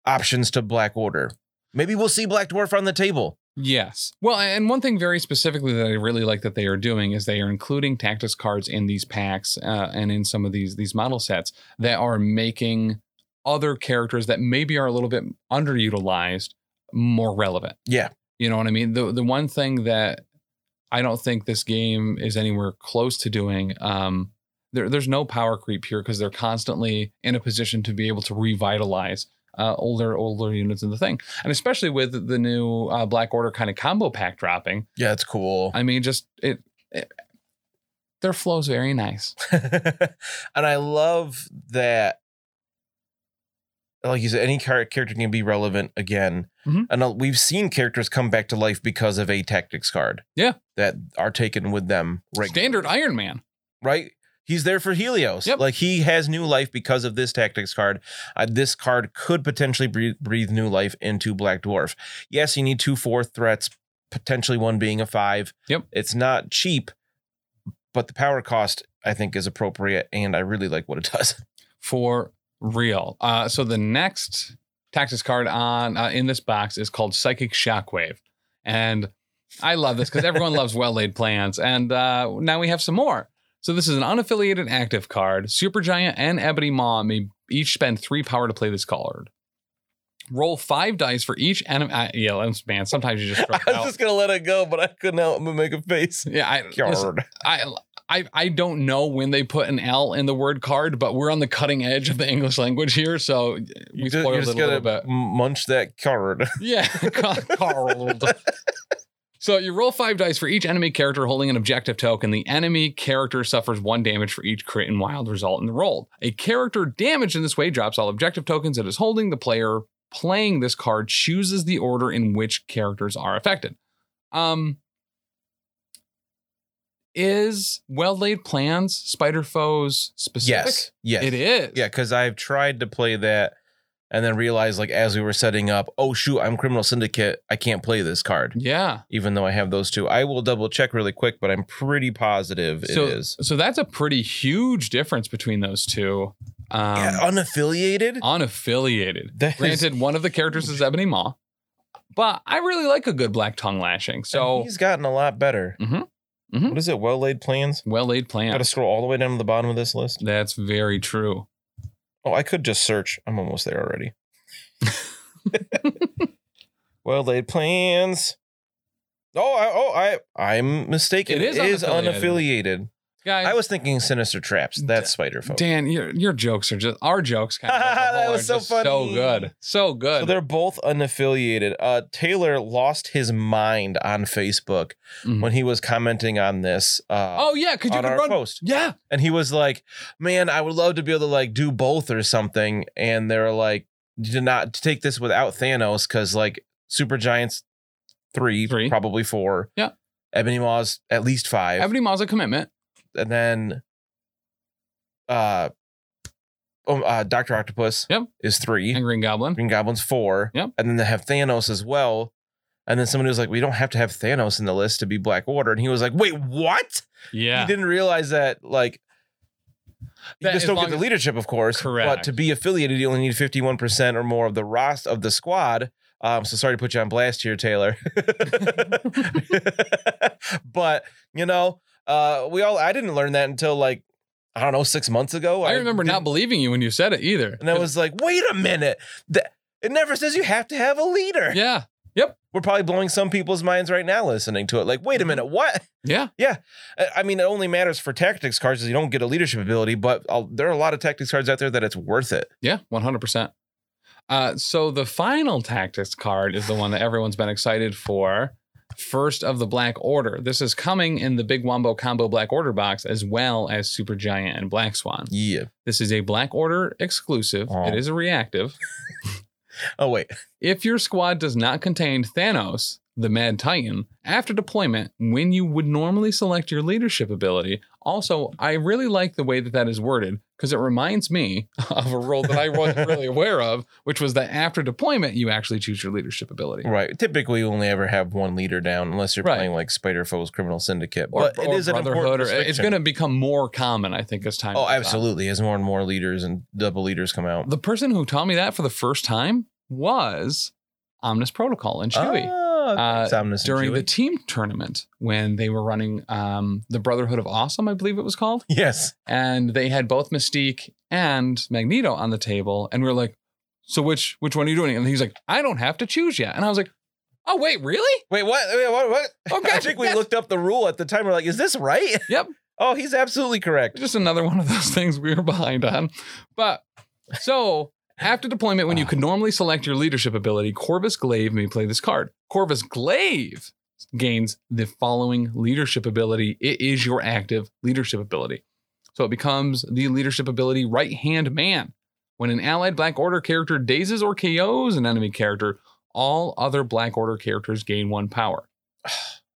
options to Black Order. Maybe we'll see Black Dwarf on the table.
Yes. Well, and one thing very specifically that I really like that they are doing is they are including tactics cards in these packs uh, and in some of these these model sets that are making other characters that maybe are a little bit underutilized more relevant.
Yeah.
You know what I mean? The the one thing that I don't think this game is anywhere close to doing. Um, there, there's no power creep here because they're constantly in a position to be able to revitalize uh, older older units in the thing, and especially with the new uh, Black Order kind of combo pack dropping.
Yeah, it's cool.
I mean, just it, it their flow's very nice.
and I love that, like you said, any char- character can be relevant again.
Mhm.
And uh, we've seen characters come back to life because of a tactics card.
Yeah.
That are taken with them right
Standard Iron Man.
right? He's there for Helios.
Yep.
Like he has new life because of this tactics card. Uh, this card could potentially breathe, breathe new life into Black Dwarf. Yes, you need two four threats, potentially one being a five.
Yep.
It's not cheap, but the power cost I think is appropriate, and I really like what it does.
for real. Uh, so the next taxes card on uh, in this box is called Psychic Shockwave, and I love this because everyone loves well laid plans. And uh, now we have some more. So this is an unaffiliated active card. Supergiant and Ebony Maw may each spend three power to play this card. Roll five dice for each enemy. Uh, yeah, man. Sometimes you just.
I
Throw it
was
out.
just gonna let it go, but I couldn't help but make a face.
yeah, I, listen,
Card.
I, I I don't know when they put an L in the word card, but we're on the cutting edge of the English language here, so we
You just,
spoiled
you're
it a
just
little
gonna
bit.
munch that card.
Yeah, Carled. So you roll five dice for each enemy character holding an objective token. The enemy character suffers one damage for each crit and wild result in the roll. A character damaged in this way drops all objective tokens it is holding. The player playing this card chooses the order in which characters are affected. Um, is well laid plans spider foes specific.
Yes. Yes.
it is.
Yeah, because I've tried to play that and then realized, like, as we were setting up, oh, shoot, I'm Criminal Syndicate. I can't play this card,
yeah.
even though I have those two. I will double check really quick, but I'm pretty positive
so,
it is.
so that's a pretty huge difference between those two. Um,
yeah, unaffiliated?
unaffiliated.
That is-
Granted, one of the characters is Ebony Maw, but I really like a good black tongue lashing.
And
So
he's gotten a lot better.
Mhm. Mhm.
What is it? Well laid plans?
well laid plan.
Got to scroll all the way down to the bottom of this list.
That's very true.
Oh, I could just search. I'm almost there already. well laid plans. Oh, I, oh, I, I'm mistaken.
It is unaffiliated.
unaffiliated.
Guys,
I was thinking Sinister Traps. That's Spider Folk.
Dan, your your jokes are just our jokes. Kind of as a
That
whole
was
are
so
just So
funny.
good. So good.
So they're both unaffiliated. Uh, Taylor lost his mind on Facebook
Mhm.
when he was commenting on this uh,
oh yeah, because you
on
could
our
run.
post,
Yeah,
and he was like, "Man, I would love to be able to like do both or something." And they're like, "Do not take this without Thanos because like Super Giants three,
Three.
probably four,
Yeah.
Ebony Maw's at least five,
Ebony Maw's a commitment.
and then uh, oh, uh Doctor Octopus
Yep.
is three,
And Green Goblin.
Green Goblin's four.
Yep.
And then they have Thanos as well. And then somebody was like, we don't have to have Thanos in the list to be Black Order. And he was like, wait, what?
Yeah.
He didn't realize that, like, you
That
just
as
don't
long
get the
as-
leadership, of course. But
Correct.
to be affiliated, you only need 51% or more of the rost of the squad. Um, so sorry to put you on blast here, Taylor. but, you know, uh, we all, I didn't learn that until like, I don't know, six months ago.
I remember
didn't-
not believing you when you said it either.
And I was like, wait a minute. Th- it never says you have to have a leader.
Yeah.
We're probably blowing some people's minds right now listening to it. Like,
Mm-hmm.
wait a minute, what?
Yeah.
I- I mean, it only matters for tactics cards is you don't get a leadership ability, but i there are a lot of tactics cards out there that it's worth it.
Yeah, 100%. Uh, so the final tactics card is the one that everyone's been excited for. First of the Black Order. This is coming in the Big Wombo Combo Black Order box as well as Super Giant and Black Swan.
Yeah.
This is a Black Order exclusive.
Oh.
It is a reactive.
Oh, wait.
If your squad does not contain Thanos, the Mad Titan, after deployment, when you would normally select your leadership ability, also, I really like the way that that is worded because it reminds me of a rule that I wasn't really aware of, which was that after deployment, you actually choose your leadership ability.
Right. Typically, you only ever have one leader down unless you're
Right.
playing like Spider Foe's Criminal Syndicate.
Or,
but
or
it is an
brotherhood,
important
or it's
distinction.
going to become more common, I think, as time.
Oh,
goes on.
absolutely. As more and more leaders and double leaders come out.
The person who taught me that for the first time was Omnis Protocol and Chewie.
Ah,
Uh,
it's ominous and
during the
Chewie.
team tournament when they were running um, the Brotherhood of Awesome, I believe it was called.
yes.
And they had both Mystique and Magneto on the table. And we were like, so which which one are you doing? And he's like, I don't have to choose yet. And I was like, oh, wait, really?
Wait, what? Wait, what? What?
Oh,
I
gotcha.
think we
Yes.
looked up the rule at the time. We're like, is this right?
Yep.
Oh, he's absolutely correct.
Just another one of those things we were behind on. But so after deployment, when you could normally select your leadership ability, Corvus Glaive may play this card. Corvus Glaive gains the following leadership ability. It is your active leadership ability. So it becomes the leadership ability right hand man. When an allied Black Order character dazes or KOs an enemy character, all other Black Order characters gain one power.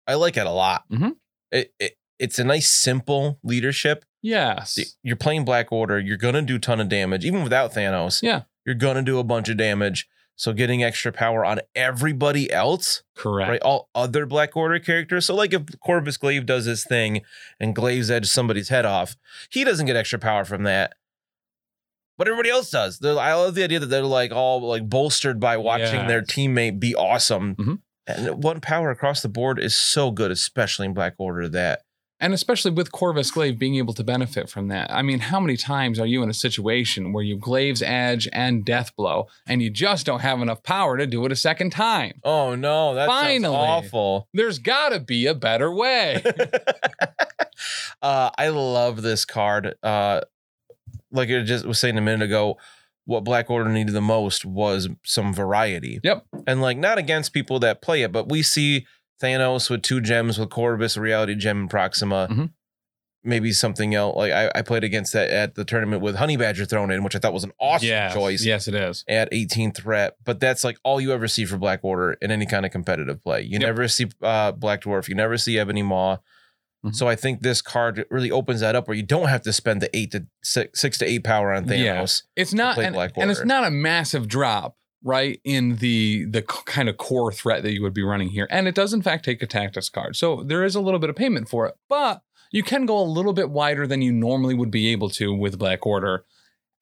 I like it a lot.
Mhm.
It, it it's a nice simple leadership.
Yes.
You're playing Black Order. You're gonna do a ton of damage, even without Thanos.
Yeah.
you're gonna do a bunch of damage. So getting extra power on everybody else,
Correct.
right? All other Black Order characters. So like if Corvus Glaive does his thing and Glaive's edge somebody's head off, he doesn't get extra power from that. But everybody else does. They're- I love the idea that they're like all like bolstered by watching their
Yes.
teammate be awesome.
Mhm.
And one power across the board is so good, especially in Black Order. That
And especially with Corvus Glaive being able to benefit from that. I mean, how many times are you in a situation where you Glaive's Edge and Death Blow and you just don't have enough power to do it a second time?
oh no, that's
Finally.
awful.
There's gotta be a better way.
uh, I love this card. Uh, like I just was saying a minute ago, what Black Order needed the most was some variety.
Yep.
And like not against people that play it, but we see Thanos with two gems with Corvus, a reality gem, and Proxima.
Mhm.
Maybe something else. Like I, I played against that at the tournament with Honey Badger thrown in, which I thought was an awesome choice
Yes, it is.
at 18 threat, but that's like all you ever see for Black Order in any kind of competitive play. You
Yep.
never see uh, Black Dwarf, you never see Ebony Maw.
Mhm.
So I think this card really opens that up where you don't have to spend the eight to six, six to eight power on
Yeah.
Thanos.
It's not,
play
and,
Black
and it's
Order.
not a massive drop, right? In the the c- kind of core threat that you would be running here, and it does in fact take a tactics card, so there is a little bit of payment for it, but you can go a little bit wider than you normally would be able to with Black Order,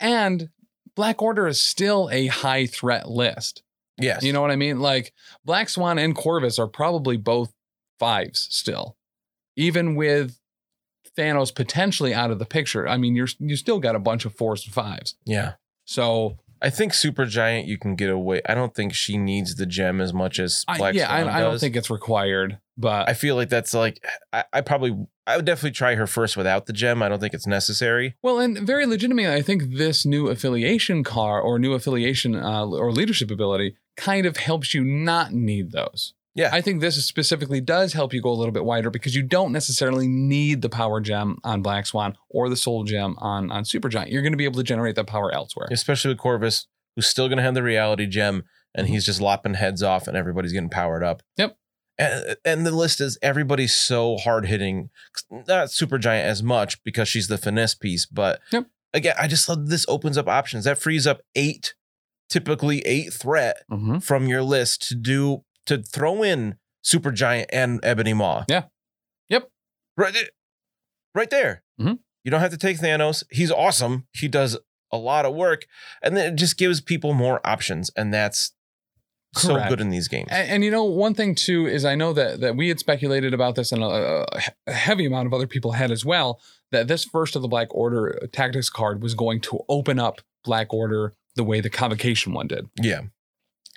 and Black Order is still a high threat list.
Yes.
You know what I mean? Like Black Swan and Corvus are probably both fives still, even with Thanos potentially out of the picture. I mean, you're you still got a bunch of fours and fives.
Yeah.
So
I think Supergiant you can get away. I don't think she needs the gem as much as
I,
Black
yeah,
Swan
I, I don't
does.
think it's required, but
I feel like that's like I, I probably I would definitely try her first without the gem. I don't think it's necessary.
Well, and very legitimately, I think this new affiliation car or new affiliation uh, or leadership ability kind of helps you not need those.
Yeah.
I think this specifically does help you go a little bit wider because you don't necessarily need the power gem on Black Swan or the soul gem on, on Supergiant. You're going to be able to generate that power elsewhere.
Especially with Corvus, who's still gonna have the reality gem and he's just lopping heads off and everybody's getting powered up.
Yep.
And, and the list is everybody's so hard hitting, not super giant as much because she's the finesse piece, but
Yep.
again, I just love this opens up options. That frees up eight, typically eight threat
Mm-hmm.
from your list to do to throw in Supergiant and Ebony Maw.
Yeah. Yep.
Right, th- right there.
Mhm.
You don't have to take Thanos. He's awesome. He does a lot of work, and then it just gives people more options, and that's so
Correct.
good in these games.
And, and you know, one thing too is I know that that we had speculated about this, and a, a he- a heavy amount of other people had as well. That this first of the Black Order tactics card was going to open up Black Order the way the Convocation one did,
yeah.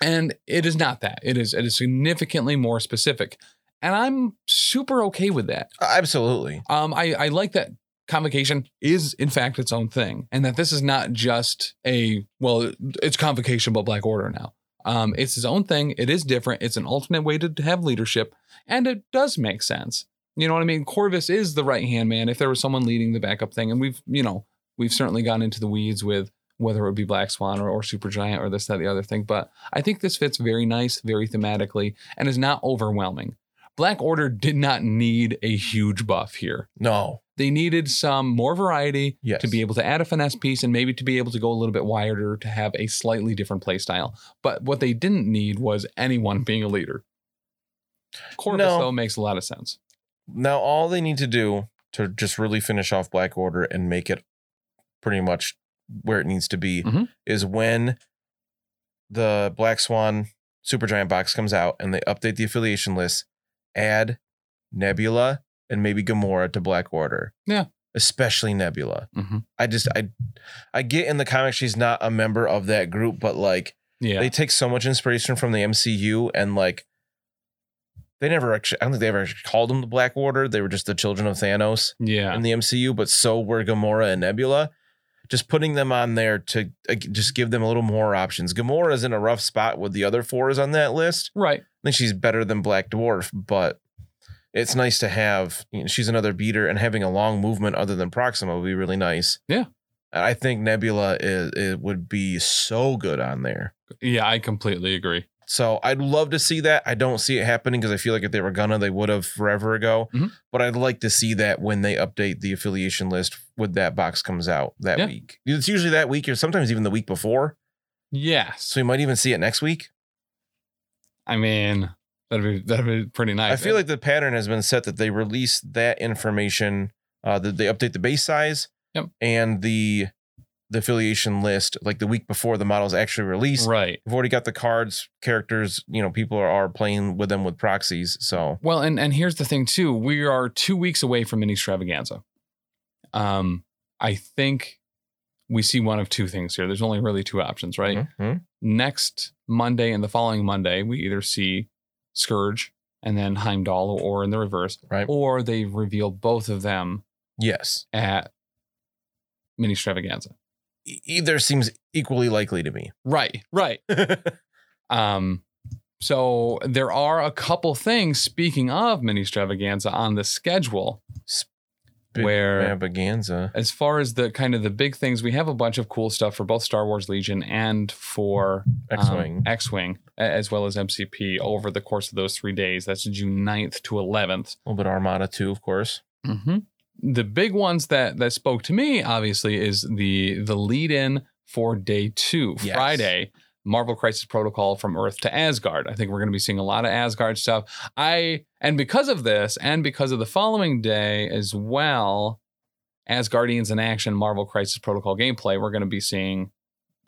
and it is not that. It is it is significantly more specific, and I'm super okay with that.
Absolutely.
Um, I, I like that convocation is in fact its own thing, and that this is not just a well, it's convocation but Black Order now. Um, it's its own thing. It is different. It's an alternate way to, to have leadership, and it does make sense. You know what I mean? Corvus is the right hand man. If there was someone leading the backup thing, and we've you know we've certainly gone into the weeds with whether it would be Black Swan or, or Supergiant or this that the other thing, but I think this fits very nice, very thematically, and is not overwhelming. Black Order did not need a huge buff here
No.
they needed some more variety
Yes.
to be able to add a finesse piece and maybe to be able to go a little bit wider to have a slightly different play style. But what they didn't need was anyone being a leader. Corvus,
No.
though, makes a lot of sense.
now all they need to do to just really finish off Black Order and make it pretty much where it needs to be
Mhm.
is when the Black Swan Supergiant box comes out and they update the affiliation list, add Nebula and maybe Gamora to Black Order.
Yeah.
Especially Nebula.
Mhm.
I just I I get in the comic she's not a member of that group, but like
Yeah.
they take so much inspiration from the MCU and like they never actually I don't think they ever actually called them the Black Order. They were just the children of Thanos
yeah.
in the MCU, but so were Gamora and Nebula. Just putting them on there to uh, just give them a little more options. Gamora's in a rough spot with the other four is on that list.
Right.
I think she's better than Black Dwarf, but it's nice to have. You know, she's another beater, and having a long movement other than Proxima would be really nice.
Yeah.
And I think Nebula is it would be so good on there.
Yeah, I completely agree.
So I'd love to see that. I don't see it happening because I feel like if they were gonna, they would have forever ago.
Mhm.
But I'd like to see that when they update the affiliation list when that box comes out that
Yeah.
week. It's usually that week or sometimes even the week before.
Yes.
So we might even see it next week.
I mean, that'd be that'd be pretty nice.
I, feel like the pattern has been set that they release that information, uh, that they update the base size
Yep.
and the the affiliation list like the week before the model is actually released.
right.
We've already got the cards, characters, you know, people are, are playing with them with proxies. So
Well, and and here's the thing too. We are two weeks away from an extravaganza. Um, I think we see one of two things here. There's only really two options, right?
Mhm.
Next Monday and the following Monday, we either see Scourge and then Heimdall, or in the reverse,
Right.
Or they reveal both of them
Yes.
at mini extravaganza.
E- Either seems equally likely to me.
Right. Right. Um, so there are a couple things. Speaking of mini extravaganza on the schedule,
Big
where
Extravaganza.
as far as the kind of the big things, we have a bunch of cool stuff for both Star Wars Legion and for um,
X-Wing.
X-Wing, a- as well as MCP over the course of those three days. That's June 9th to 11th.
a little bit of Armada too, of course.
hmm The big ones that that spoke to me obviously is the the lead in for day two,
Yes.
Friday. Marvel Crisis Protocol from Earth to Asgard. I think we're going to be seeing a lot of Asgard stuff. I and because of this, and because of the following day as well, as Guardians in Action Marvel Crisis Protocol gameplay, we're going to be seeing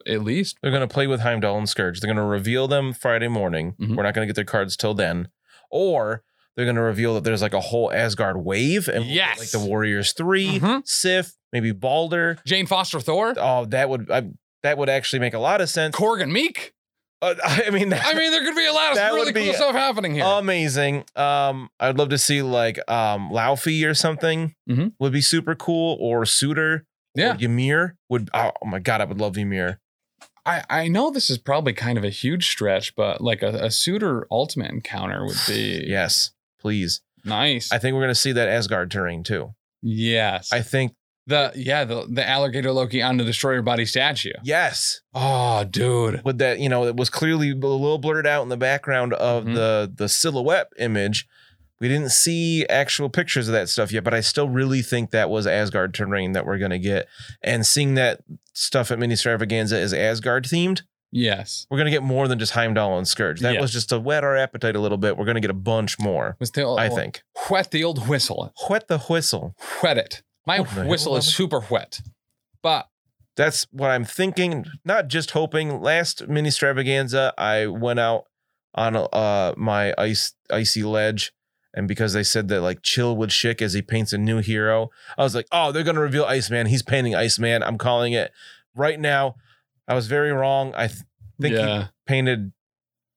at least
They're going to play with Heimdall and Scourge. They're going to reveal them Friday morning.
Mhm.
We're not going to get their cards till then. Or they're going to reveal that there's like a whole Asgard wave and we'll get, like
Yes.
the Warriors 3,
Mhm.
Sif, maybe Balder.
Jane Foster Thor,
Oh, that would I, that would actually make a lot of sense.
Corgan Meek.
Uh, I mean,
I mean, there could be a lot of
That
really
would be
cool stuff happening here.
amazing. Um, I'd love to see like um Laufey or something
Mhm.
would be super cool, or Suter.
Yeah.
or Ymir would. Oh my god, I would love Ymir.
I, I know this is probably kind of a huge stretch, but like a, a suitor ultimate encounter would be
Yes, please.
nice.
I think we're gonna see that Asgard terrain too.
yes.
I think
the yeah, the, the alligator Loki on the destroyer body statue.
yes,
Oh, dude.
with that you know it was clearly a little blurred out in the background of
Mhm.
the the silhouette image. We didn't see actual pictures of that stuff yet, but I still really think that was Asgard terrain that we're gonna get. And seeing that stuff at Mini Stravaganza is Asgard themed.
Yes.
we're gonna get more than just Heimdall and Scourge. That
Yeah.
was just to whet our appetite a little bit. We're gonna get a bunch more,
Was the,
I think.
Whet the old whistle.
Whet the whistle.
Whet it. My
What the hell,
whistle is
Robin?
super wet. But
That's what I'm thinking. Not just hoping. Last mini extravaganza, I went out on uh my ice icy ledge. And because they said that like chill with Schick as he paints a new hero, I was like, oh, they're gonna reveal Iceman. He's painting Iceman. I'm calling it right now. I was very wrong. I th- think he
yeah.
painted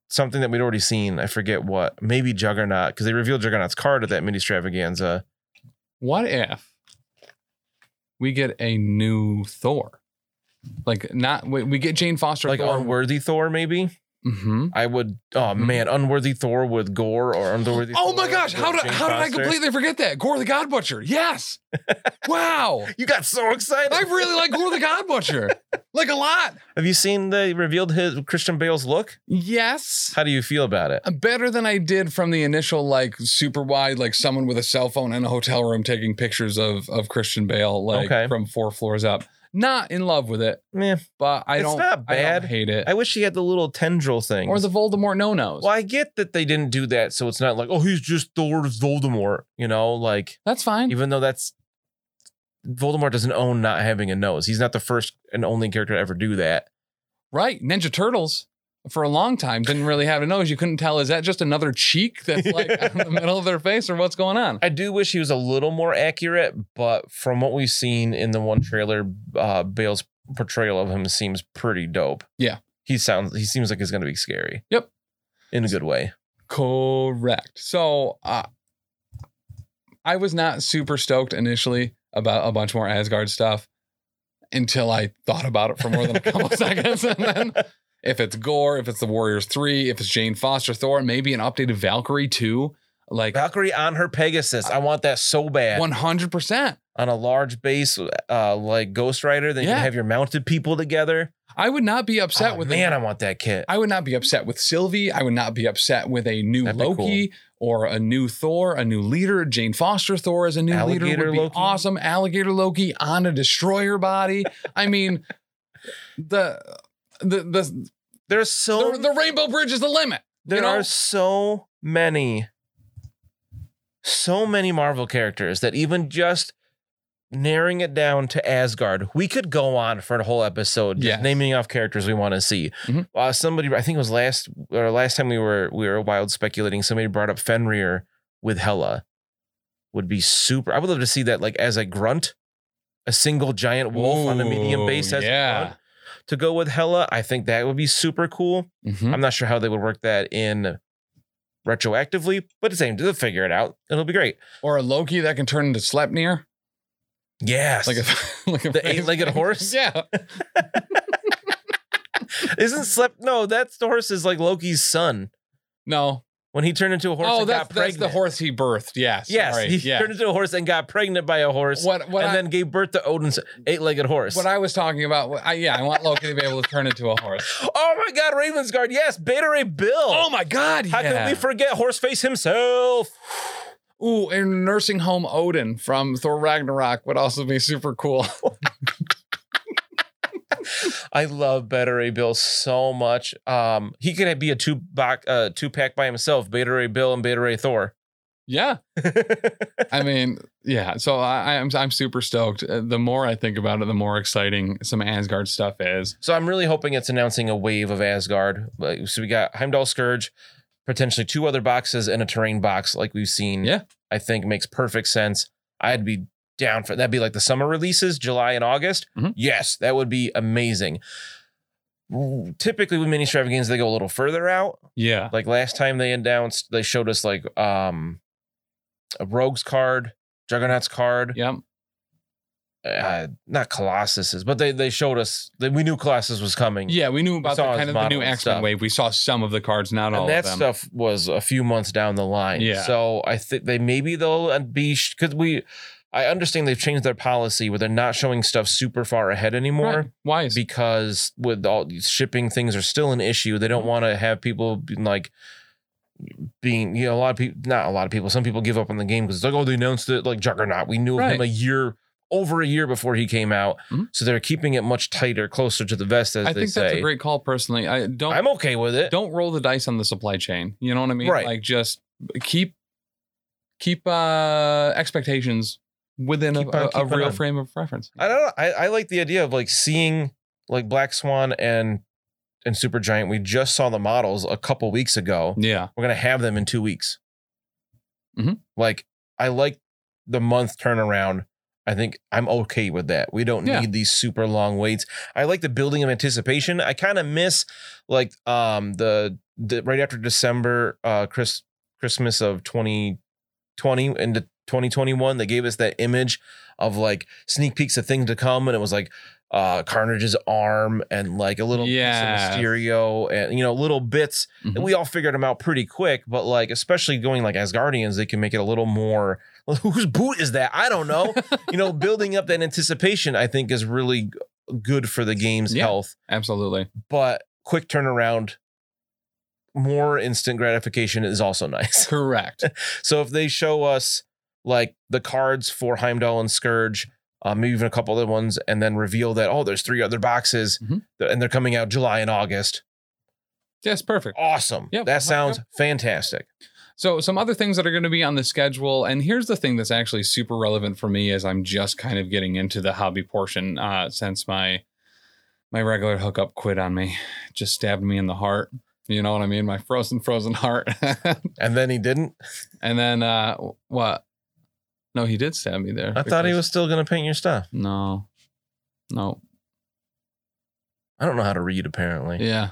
something that we'd already seen. I forget what. Maybe Juggernaut, because they revealed Juggernaut's card at that mini extravaganza.
What if we get a new Thor? Like not we, we get Jane Foster
Like
Thor.
Unworthy Thor, maybe.
hmm
I would. Oh
Hmm.
man, Unworthy Thor with Gore or Unworthy.
Oh
Thor
my gosh, how
with
did
Jane
how did I
Foster.
completely forget that? Gore the God Butcher. Yes. wow.
You got so excited.
I really like Gore the God Butcher. Like a lot.
Have you seen the revealed his Christian Bale's look?
Yes. Uh,
How do you feel about it?
Better than I did from the initial like super wide like someone with a cell phone in a hotel room taking pictures of of Christian Bale like
Okay.
from four floors up. Not in love with it,
Meh.
but I
It's
don't
not
I
bad.
don't hate it.
I wish he had the little tendril thing.
or the Voldemort no-nos.
well, I get that they didn't do that, so it's not like oh he's just Thor's Voldemort, you know, like
That's fine.
even though that's Voldemort doesn't own not having a nose. He's not the first and only character to ever do that.
Right. Ninja Turtles for a long time didn't really have a nose. You couldn't tell. Is that just another cheek that's like out in the middle of their face or what's going on?
I do wish he was a little more accurate, but from what we've seen in the one trailer, uh, Bale's portrayal of him seems pretty dope.
Yeah.
he sounds he seems like he's gonna be scary.
Yep.
in a good way.
Correct. So uh, I was not super stoked initially about a bunch more Asgard stuff until I thought about it for more than a couple seconds. And then if it's Gore, if it's the Warriors 3, if it's Jane Foster Thor, maybe an updated Valkyrie 2, like
Valkyrie on her Pegasus. I want that so bad.
100%.
on a large base, uh, like Ghost Rider, then you
Yeah.
can have your mounted people together.
I would not be upset
Oh,
with
man,
it.
I want that kit.
I would not be upset with Sylvie. I would not be upset with a new
That'd be
Loki or a new Thor, a new leader. Jane Foster Thor as a new leader
Alligator
would be
Loki.
awesome. Alligator Loki on a destroyer body. I mean, the the the,
There's so
the the rainbow bridge is the limit.
There
know?
are so many, so many Marvel characters that even just narrowing it down to Asgard, we could go on for a whole episode just
Yes.
naming off characters we want to see.
Mhm.
Uh, somebody, I think it was last or last time we were we were wild speculating. Somebody brought up Fenrir with Hela. Would be super. I would love to see that, like as a grunt, a single giant wolf on a medium
Ooh,
base. As a
yeah.
grunt. to go with Hela, I think that would be super cool.
Mhm.
I'm not sure how they would work that in retroactively, but the same, they'll figure it out. It'll be great.
Or a Loki that can turn into Sleipnir,
Yes.
like a like a
The eight-legged horse?
Yeah,
Isn't Slep? No, that's the horse is like Loki's son.
no.
When he turned into a horse
oh,
and
that's
got
that's
pregnant.
the horse he birthed. Yes,
Yes, he
yeah.
turned into a horse and got pregnant by a horse
What what
and
I,
then gave birth to Odin's eight-legged horse.
what I was talking about? I, yeah, I want Loki to be able to turn into a horse.
oh my god, Ravensguard, yes, Beta Ray Bill.
Oh my God!
how could we forget Horseface himself?
Ooh, and nursing home Odin from Thor Ragnarok would also be super cool.
I love Battery Bill so much. Um, he could be a two box, uh, two pack by himself. Battery Bill and Battery Thor.
yeah, I mean, yeah. So I, I'm I'm super stoked. Uh, The more I think about it, the more exciting some Asgard stuff is.
so I'm really hoping it's announcing a wave of Asgard. Like, So we got Heimdall Scourge, potentially two other boxes and a terrain box, like we've seen.
Yeah.
I think makes perfect sense. I'd be down for that'd be like the summer releases, July and August.
Mhm.
Yes, that would be amazing. Typically with mini strap games, they go a little further out.
Yeah,
Like last time they announced, they showed us like um a Rogue's card, Juggernaut's card,
yeah.
uh, not Colossus's, but they they showed us that we knew Colossus was coming.
Yeah, we knew about the,
saw his
kind of the
model
new
and
X Men
stuff.
wave. We saw some of the cards, not all
and that
of them.
stuff was a few months down the line.
Yeah.
So I think they maybe they'll uh, be because we, I understand they've changed their policy where they're not showing stuff super far ahead anymore
Right. Why is
because with all these shipping things are still an issue. They
Mm-hmm.
don't want to have people being like being you know a lot of people not a lot of people some people give up on the game because it's like oh they announced it like juggernaut we knew of him
Right.
a year over a year before he came out
Mhm.
so they're keeping it much tighter closer to the vest as
I
they
think
say
that's a great call personally. I don't
i'm okay with it
don't roll the dice on the supply chain. You know what I mean?
Right.
Like just keep keep uh expectations within
Keep
a,
on
a- a
keeping
real
on.
frame of reference.
I don't know. I, I like the idea of like seeing like Black Swan and and Super Giant. We just saw the models a couple weeks ago.
Yeah.
We're gonna have them in two weeks.
Mhm.
Like I like the month turnaround. I think I'm okay with that. We don't
Yeah.
need these super long waits. I like the building of anticipation. I kind of miss like um the, the right after December uh Chris Christmas of 2020 into 2021 they gave us that image of like sneak peeks of things to come and it was like uh Carnage's arm and like a little
Yes.
piece of Mysterio and you know little bits
Mhm.
we all figured them out pretty quick but like especially going like as Guardians they can make it a little more whose boot is that I don't know you know building up that anticipation I think is really g- good for the game's
Yeah.
health
Absolutely.
but quick turnaround, more instant gratification is also nice.
Correct.
So if they show us like the cards for Heimdall and Scourge, uh, maybe even a couple other ones, and then reveal that oh, there's three other boxes,
Mhm.
th- and they're coming out July and August.
Yes, perfect.
Awesome!
Yep.
that sounds fantastic.
So, some other things that are going to be on the schedule, and here's the thing that's actually super relevant for me as I'm just kind of getting into the hobby portion uh, since my my regular hookup quit on me, just stabbed me in the heart. You know what I mean? My frozen, frozen heart.
And then he didn't.
and then uh, what? No, he did stab me there.
I thought he
because-
was still gonna paint your stuff.
No, no,
I don't know how to read apparently.
yeah.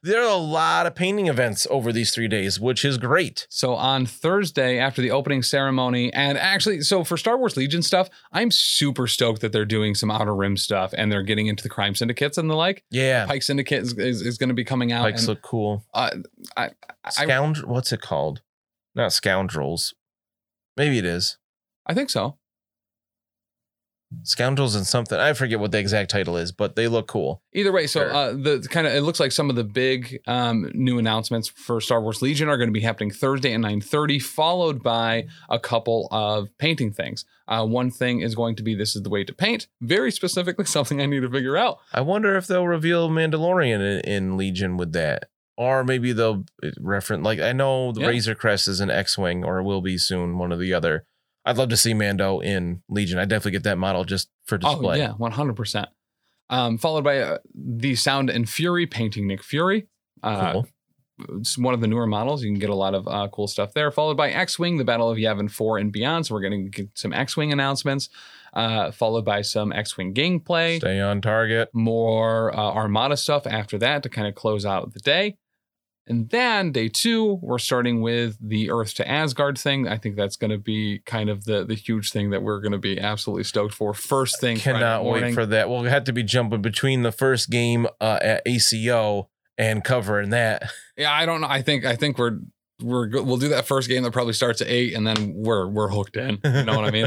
There are a lot of painting events over these three days, which is great.
So on Thursday after the opening ceremony, and actually, so for Star Wars Legion stuff, I'm super stoked that they're doing some Outer Rim stuff and they're getting into the crime syndicates and the like.
Yeah,
Pike Syndicate is, is, is going to be coming out.
Pikes
and,
look cool.
uh, I-
Scoundrel, what's it called? Not scoundrels. Maybe it is
I think so.
scoundrels and something. I forget what the exact title is, but they look cool.
Either way, so
Sure.
uh, the kind of it looks like some of the big um, new announcements for Star Wars Legion are going to be happening Thursday at 9:30, followed by a couple of painting things. Uh, one thing is going to be this is the way to paint, very specifically something I need to figure out.
I wonder if they'll reveal Mandalorian in, in Legion with that, or maybe they'll uh, reference like I know the
Yeah.
Razor Crest is an X-wing, or will be soon, one or the other. I'd love to see Mando in Legion. I definitely get that model just for display.
Oh yeah, one hundred percent. Um, followed by uh, the Sound and Fury painting Nick Fury. Uh,
Cool.
It's one of the newer models. You can get a lot of uh, cool stuff there. Followed by X Wing, the Battle of Yavin 4 and beyond. So we're going to get some X Wing announcements, uh, followed by some X Wing gameplay,
Stay on target.
more uh, Armada stuff after that to kind of close out the day. And then day two, we're starting with the Earth to Asgard thing. I think that's going to be kind of the the huge thing that we're going to be absolutely stoked for. First thing, Friday
Cannot wait
morning.
for that. We'll have to be jumping between the first game uh, at ACO and covering that.
Yeah, I don't know. I think I think we're we're go- we'll do that first game that probably starts at eight, and then we're we're hooked in. You know what I mean?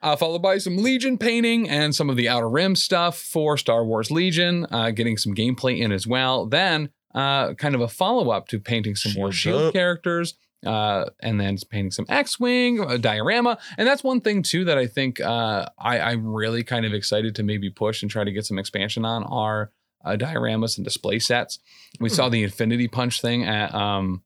Uh, followed by some Legion painting and some of the Outer Rim stuff for Star Wars Legion, uh, getting some gameplay in as well. Then, uh, kind of a follow up to painting some more
Shields
Shield
up.
characters, Uh, and then it's painting some X-wing, a diorama, and that's one thing too that I think uh, I, I'm really kind of excited to maybe push and try to get some expansion on are uh, dioramas and display sets. We
Hmm.
saw the Infinity Punch thing at um,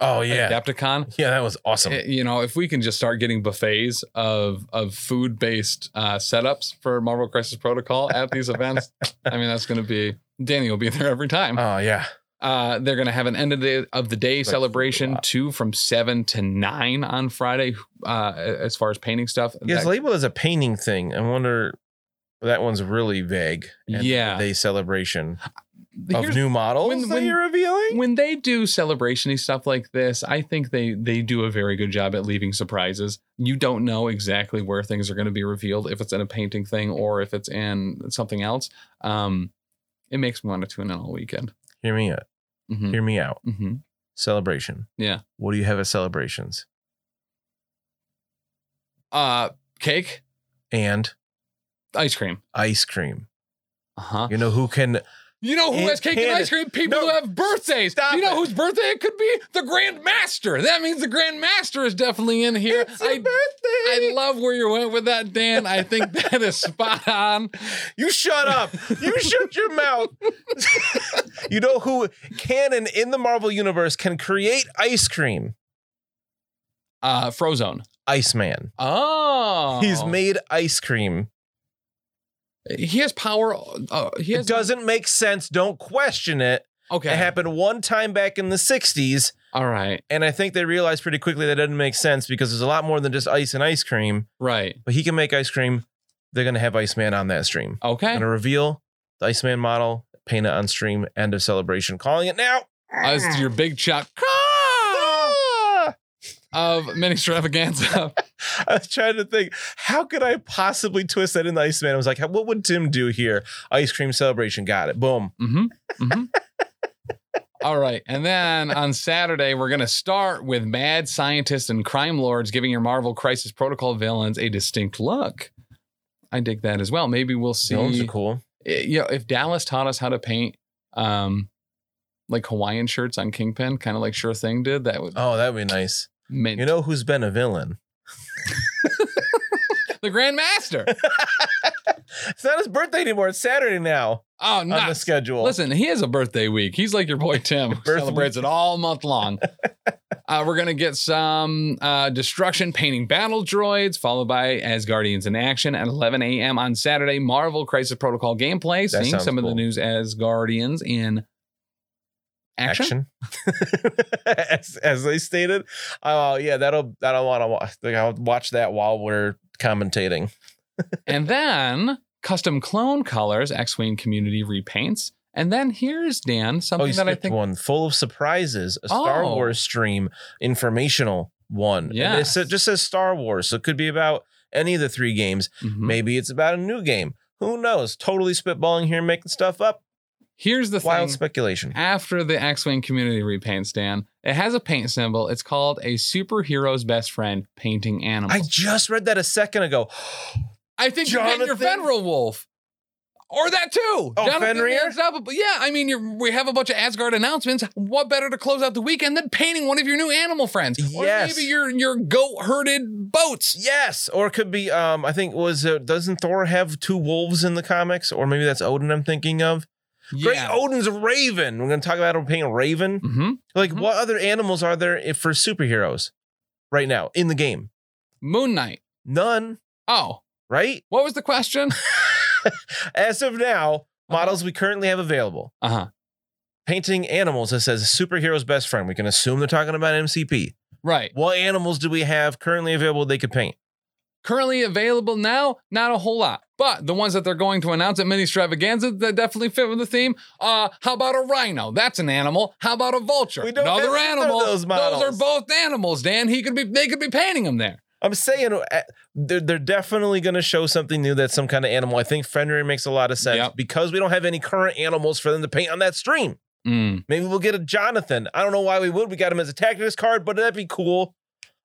Oh yeah,
Adepticon.
yeah, that was awesome.
Eh, you know, if we can just start getting buffets of of food based uh, setups for Marvel Crisis Protocol at these events, I mean, that's going to be Danny will be there every time.
oh yeah,
Uh, they're going to have an end of the of the day
That's
celebration
a lot.
too, from seven to nine on Friday. Uh, as far as painting stuff,
yeah. It's
That-
labeled as a painting thing. I wonder. That one's really vague.
Yeah.
they celebration of
here's-
new models
when-
that
when-
you're revealing.
when they do celebrationy stuff like this, I think they they do a very good job at leaving surprises. You don't know exactly where things are going to be revealed if it's in a painting thing or if it's in something else. Um, it makes me want to tune in all weekend.
hear me out.
hmm
Hear me out.
hmm
Celebration.
Yeah.
What do you have at celebrations?
Uh, cake,
And
ice cream.
ice cream.
Uh huh.
You know who can
You know who
And
has cake and
Candace-
ice cream? People
No,
who have birthdays.
stop
you know
it.
whose birthday it could be? The Grand Master. That means the Grand Master is definitely in here.
It's your
I,
birthday.
I love where you went with that, Dan. I think that is spot on.
you shut up. You shut your mouth. you know who canon in the Marvel universe can create ice cream?
Uh, Frozone.
Iceman.
Oh,
He's made ice cream.
He has power. Uh, he
It
has
doesn't make sense. Don't question it.
okay.
It happened one time back in the 60s,
All right,
and I think they realized pretty quickly that doesn't make sense because there's a lot more than just ice and ice cream.
right,
But he can make ice cream. They're gonna have Iceman on that stream.
okay.
Gonna reveal the Iceman model, paint it on stream, end of celebration. Calling it now.
As Uh, your big shot
Ah!
of mini extravaganza.
I was trying to think, how could I possibly twist that in the Iceman? I was like, what would Tim do here? Ice cream celebration, got it. Boom.
Mm-hmm. Mm-hmm. All right. And then on Saturday, we're going to start with mad scientists and crime lords giving your Marvel Crisis Protocol villains a distinct look. I dig that as well. Maybe we'll see.
Those are cool.
it- you know, if Dallas taught us how to paint um like Hawaiian shirts on Kingpin, kind of like Sure Thing did, that would
Oh, that'd be nice.
mint.
You know who's been a villain?
the Grand Master.
It's not his birthday anymore. It's Saturday now
Oh,
on the
nuts.
schedule.
Listen, he has a birthday week. He's like your boy Tim, who
Birth
celebrates it all month long. uh, we're gonna get some uh, destruction painting battle droids, followed by Asgardians in action at 11 a.m. on Saturday. Marvel Crisis Protocol gameplay,
That
seeing
sounds
some of the
cool.
news Asgardians in action.
Action. as, as they stated. Oh, yeah, that'll, that'll want to watch. Like, I'll watch that while we're commentating.
and then custom clone colors, X Wing community repaints. And then here's Dan,
Oh,
something
you
that I
skipped
think
one full of surprises, a Star
Oh.
Wars stream, informational one. Yeah, it
Yes.
sa- just says Star Wars, so it could be about any of the three games.
Mhm.
Maybe it's about a new game. Who knows? Totally spitballing here, making stuff up.
here's the
Wild
thing.
speculation.
After the X Wing community repaints, Dan, it has a paint symbol. It's called a superhero's best friend painting animal.
I just read that a second ago.
I think you're getting your
Jonathan-
Fenrir wolf. Or that too.
Oh, Fenrir?
Man's Up, but yeah, I mean, you're, we have a bunch of Asgard announcements. What better to close out the weekend than painting one of your new animal friends?
Yes.
Or maybe your your goat herded boats.
Yes, or it could be. Um, I think was uh, doesn't Thor have two wolves in the comics, or maybe that's Odin I'm thinking of. Great, Oh. Odin's a raven. We're gonna talk about him painting a raven.
hmm
Like,
Mhm.
what other animals are there if- for superheroes right now in the game?
Moon Knight.
None,
Oh,
right?
what was the question?
As of
Uh-huh.
now, models we currently have available.
Uh huh.
Painting animals that says superhero's best friend. We can assume they're talking about MCP.
Right.
What animals do we have currently available they could paint?
Currently available now, not a whole lot. But the ones that they're going to announce at Mini Extravaganza that definitely fit with the theme. Uh, how about a rhino? That's an animal. How about a vulture?
We don't
Another
have either of
animal.
those models.
are both animals, Dan. He could be they could be painting them there.
I'm saying uh, they're, they're definitely going to show something new that's some kind of animal. I think Fenrir makes a lot of sense
Yep.
because we don't have any current animals for them to paint on that stream.
Mm.
Maybe we'll get a Jonathan. I don't know why we would. We got him as a tactics card, but that'd be cool.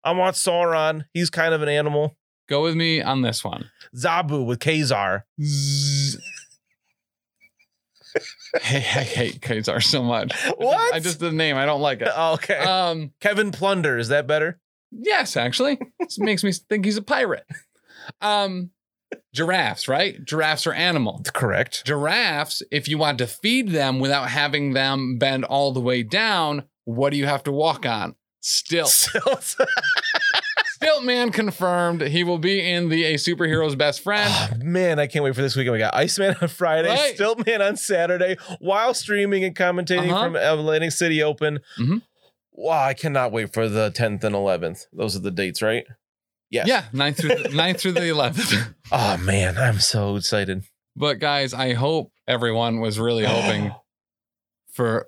I want Sauron. He's kind of an animal.
Go with me on this one.
Zabu with Kazar.
Zzz. hey, I hate Kazar so much.
What?
I just the name. I don't like it.
okay.
Um.
Kevin Plunder, is that better?
Yes, actually, this makes me think he's a pirate. Um, giraffes, right? Giraffes are animal.
Correct.
Giraffes, if you want to feed them without having them bend all the way down, what do you have to walk on? Stilt. Stiltman confirmed he will be in the A Superhero's Best Friend.
Oh, man, I can't wait for this weekend. We got Iceman on Friday,
Right.
Stiltman on Saturday, while streaming and commentating
Uh-huh.
from Atlantic City Open.
Mhm.
Wow, I cannot wait for the 10th and 11th. Those are the dates, right? Yes.
Yeah, 9th through, 9th through the 11th.
Oh, man, I'm so excited.
But guys, I hope everyone was really hoping for.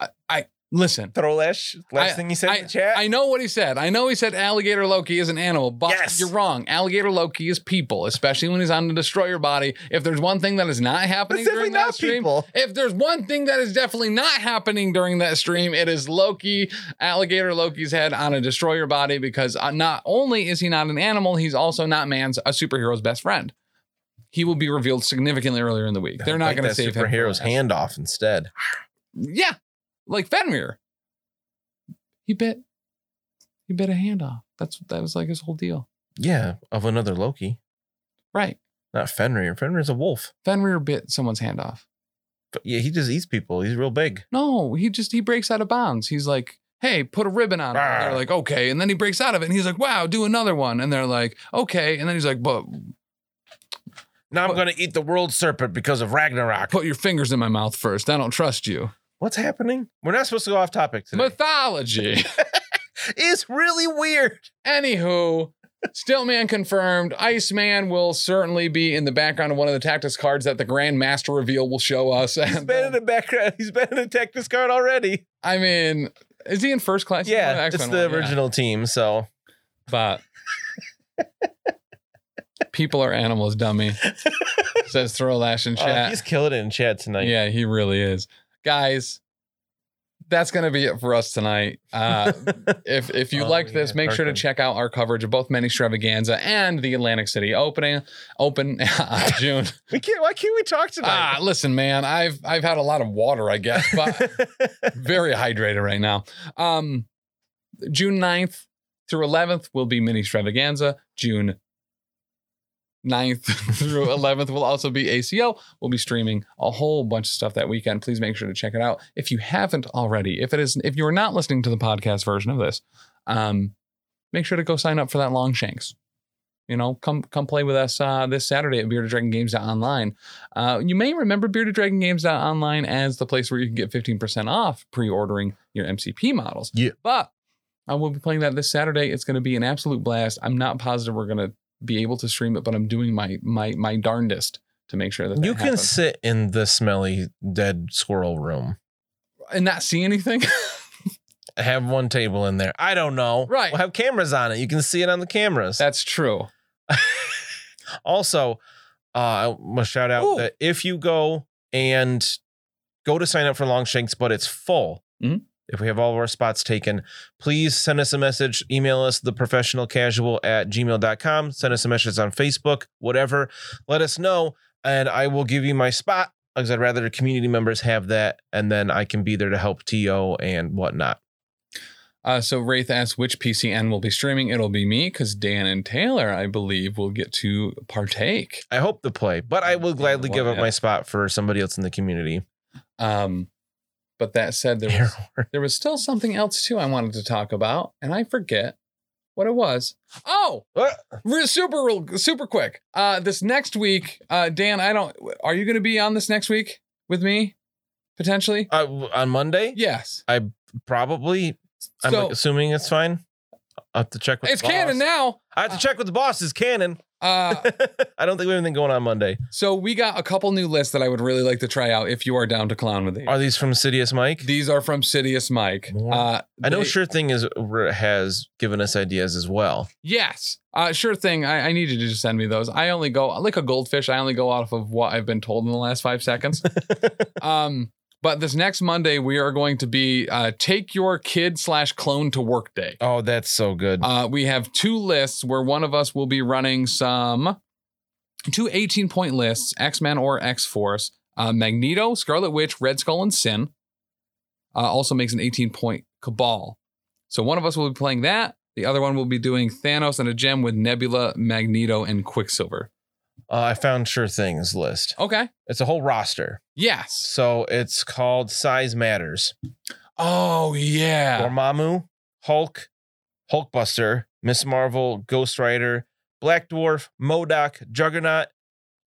I, I listen.
Throw last, last thing you said in the chat.
I know what he said. I know he said alligator Loki is an animal, but
Yes.
you're wrong. Alligator Loki is people, especially when he's on the destroyer body. If there's one thing that is not happening
That's
during
definitely
that
not
stream,
people.
if there's one thing that is definitely not happening during that stream, it is Loki, alligator Loki's head on a destroyer body because uh, not only is he not an animal, he's also not man's a superhero's best friend. He will be revealed significantly earlier in the week. They're not
Bite
going to
that
save him. for
superhero's
last.
hand off instead.
Yeah, like Fenrir. He bit, he bit a hand off. That's that was like his whole deal,
Yeah, of another Loki,
right?
not Fenrir. Fenrir's a wolf.
Fenrir bit someone's hand off.
But yeah, he just eats people. He's real big.
No, he just he breaks out of bounds. He's like, hey, put a ribbon on it. And they're
Arr.
like, okay. And then he breaks out of it and he's like, wow, do another one. And they're like, okay. And then he's like, but
Now I'm
What-
going to eat the world serpent because of Ragnarok.
put your fingers in my mouth first. I don't trust you.
What's happening? We're not supposed to go off topic today.
Mythology.
it's really weird.
Anywho, Stillman confirmed Iceman will certainly be in the background of one of the tactics cards that the Grand Master reveal will show us.
He's been in the background. He's been in the Tectus card already.
I mean, is he in first class? He's one of
Yeah, it's
X-Men
the
one, yeah.
original team. So
But people are animals, dummy. Says throw lash in
Uh,
chat.
he's killing it in chat tonight.
yeah, he really is. Guys, that's gonna be it for us tonight. Uh if if you
Oh,
liked
yeah,
this, make sure to
perfect.
check out our coverage of both Many Stravaganza and the Atlantic City opening open on June.
we can't. Why can't we talk tonight?
ah, listen, man, I've I've had a lot of water, I guess, but very hydrated right now. Um, June 9th through 11th will be mini extravaganza. June 9th through 11th will also be ACO. We'll be streaming a whole bunch of stuff that weekend. Please make sure to check it out if you haven't already. If it is, if you're not listening to the podcast version of this, um, make sure to go sign up for that Longshanks. You know, come come play with us uh, this Saturday at Bearded Dragon Games online. Uh, you may remember Bearded Dragon Games online as the place where you can get 15% off pre-ordering your MCP models.
Yeah.
But I will be playing that this Saturday. It's going to be an absolute blast. I'm not positive we're going to be able to stream it, but I'm doing my my my darndest to make sure that, that
you can
happens.
sit in the smelly dead squirrel room.
and not see anything.
Have one table in there. I don't know.
Right.
We'll have cameras on it. You can see it on the cameras.
That's true.
Also, uh, I must shout out
Ooh.
that if you go and go to sign up for Longshanks, but it's full.
Mhm.
If we have all of our spots taken, please send us a message. Email us theprofessionalcasual at gmail.com. Send us a message on Facebook, whatever. Let us know, and I will give you my spot because I'd rather the community members have that, and then I can be there to help TO and whatnot.
Uh, so Wraith asks which PCN will be streaming. It'll be me because Dan and Taylor, I believe, will get to partake.
I hope to play, but I will gladly give up
Mm, Yeah.
my spot for somebody else in the community.
Um, but that said, there was there was still something else too I wanted to talk about, and I forget what it was. Oh,
What?
re- super real- super quick. Uh, this next week, uh, Dan, I don't. Are you going to be on this next week with me, potentially?
Uh, on Monday?
Yes.
Probably. I'm
so
assuming it's fine. I have to check with
it's
the boss.
canon now.
I have to check with the boss. It's canon.
Uh,
I don't think we have anything going on Monday.
so we got a couple new lists that I would really like to try out if you are down to clown with these.
Are these from Sidious Mike?
These are from Sidious Mike.
More?
Uh,
I know
they-
Sure Thing is has given us ideas as well.
Yes. Uh, sure thing. I, I need you to just send me those. I only go like a goldfish. I only go off of what I've been told in the last five seconds. um, but this next Monday, we are going to be uh, take your kid slash clone to work day.
Oh, that's so good.
Uh, we have two lists where one of us will be running some two 18 point lists, X Men or X Force. Uh, Magneto, Scarlet Witch, Red Skull, and Sin. Uh, also makes an 18 point Cabal. So one of us will be playing that. The other one will be doing Thanos and a gem with Nebula, Magneto, and Quicksilver.
Uh, I found Sure Things list.
Okay.
It's a whole roster.
Yes.
So it's called Size Matters.
Oh, yeah.
Dormammu, Hulk, Hulkbuster, Miss Marvel, Ghost Rider, Black Dwarf, Modoc, Juggernaut,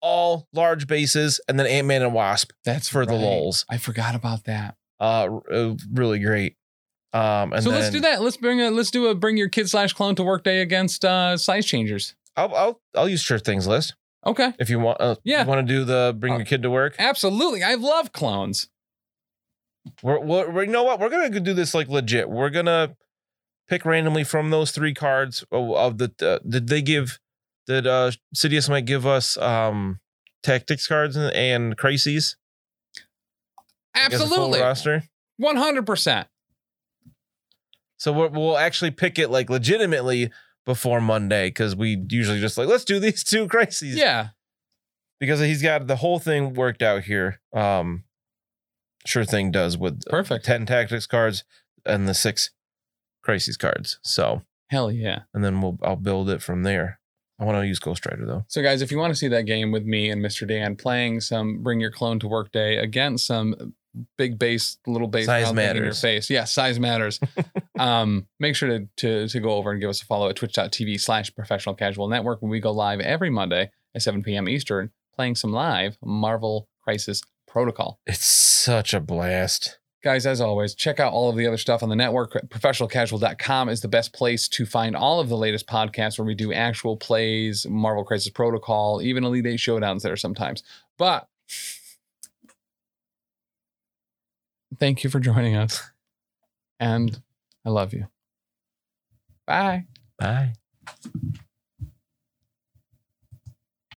all large bases, and then Ant Man and Wasp. That's for the
right.
lulls.
I forgot about that.
Uh, r- uh, really great. Um, and
so
then
let's do that. Let's bring a let's do a bring your kid slash clone to work day against uh size changers.
I'll I'll, I'll use Sure Things list
Okay.
if you want. Uh,
Yeah.
you want to do the bring
Uh,
your kid to work.
Absolutely. I love clones.
We're, we're, we're- you know what? We're gonna do this like legit. We're gonna pick randomly from those three cards of of the. Uh, did they give? Did uh Sidious might give us um tactics cards and, and crises? as a full
Absolutely.
roster.
100%.
So we're, we'll actually pick it like legitimately before Monday because we usually just like let's do these two crises.
Yeah.
because he's got the whole thing worked out here. Um, sure thing does with uh,
Perfect.
ten tactics cards and the six crises cards. So.
Hell yeah.
and then we'll I'll build it from there. I want to use Ghost Rider though.
So guys, if you want to see that game with me and Mr. Dan playing some bring your clone to work day against some big base, little base
Size
out there in your
matters.
face. Yeah, size matters. um, make sure to, to to go over and give us a follow at twitch.tv slash professional casual network when we go live every Monday at 7 p.m. Eastern, playing some live Marvel Crisis Protocol.
It's such a blast.
Guys, as always, check out all of the other stuff on the network. ProfessionalCasual.com is the best place to find all of the latest podcasts where we do actual plays, Marvel Crisis Protocol, even Elite Eight Showdowns there sometimes. But thank you for joining us. And I love you. Bye.
Bye.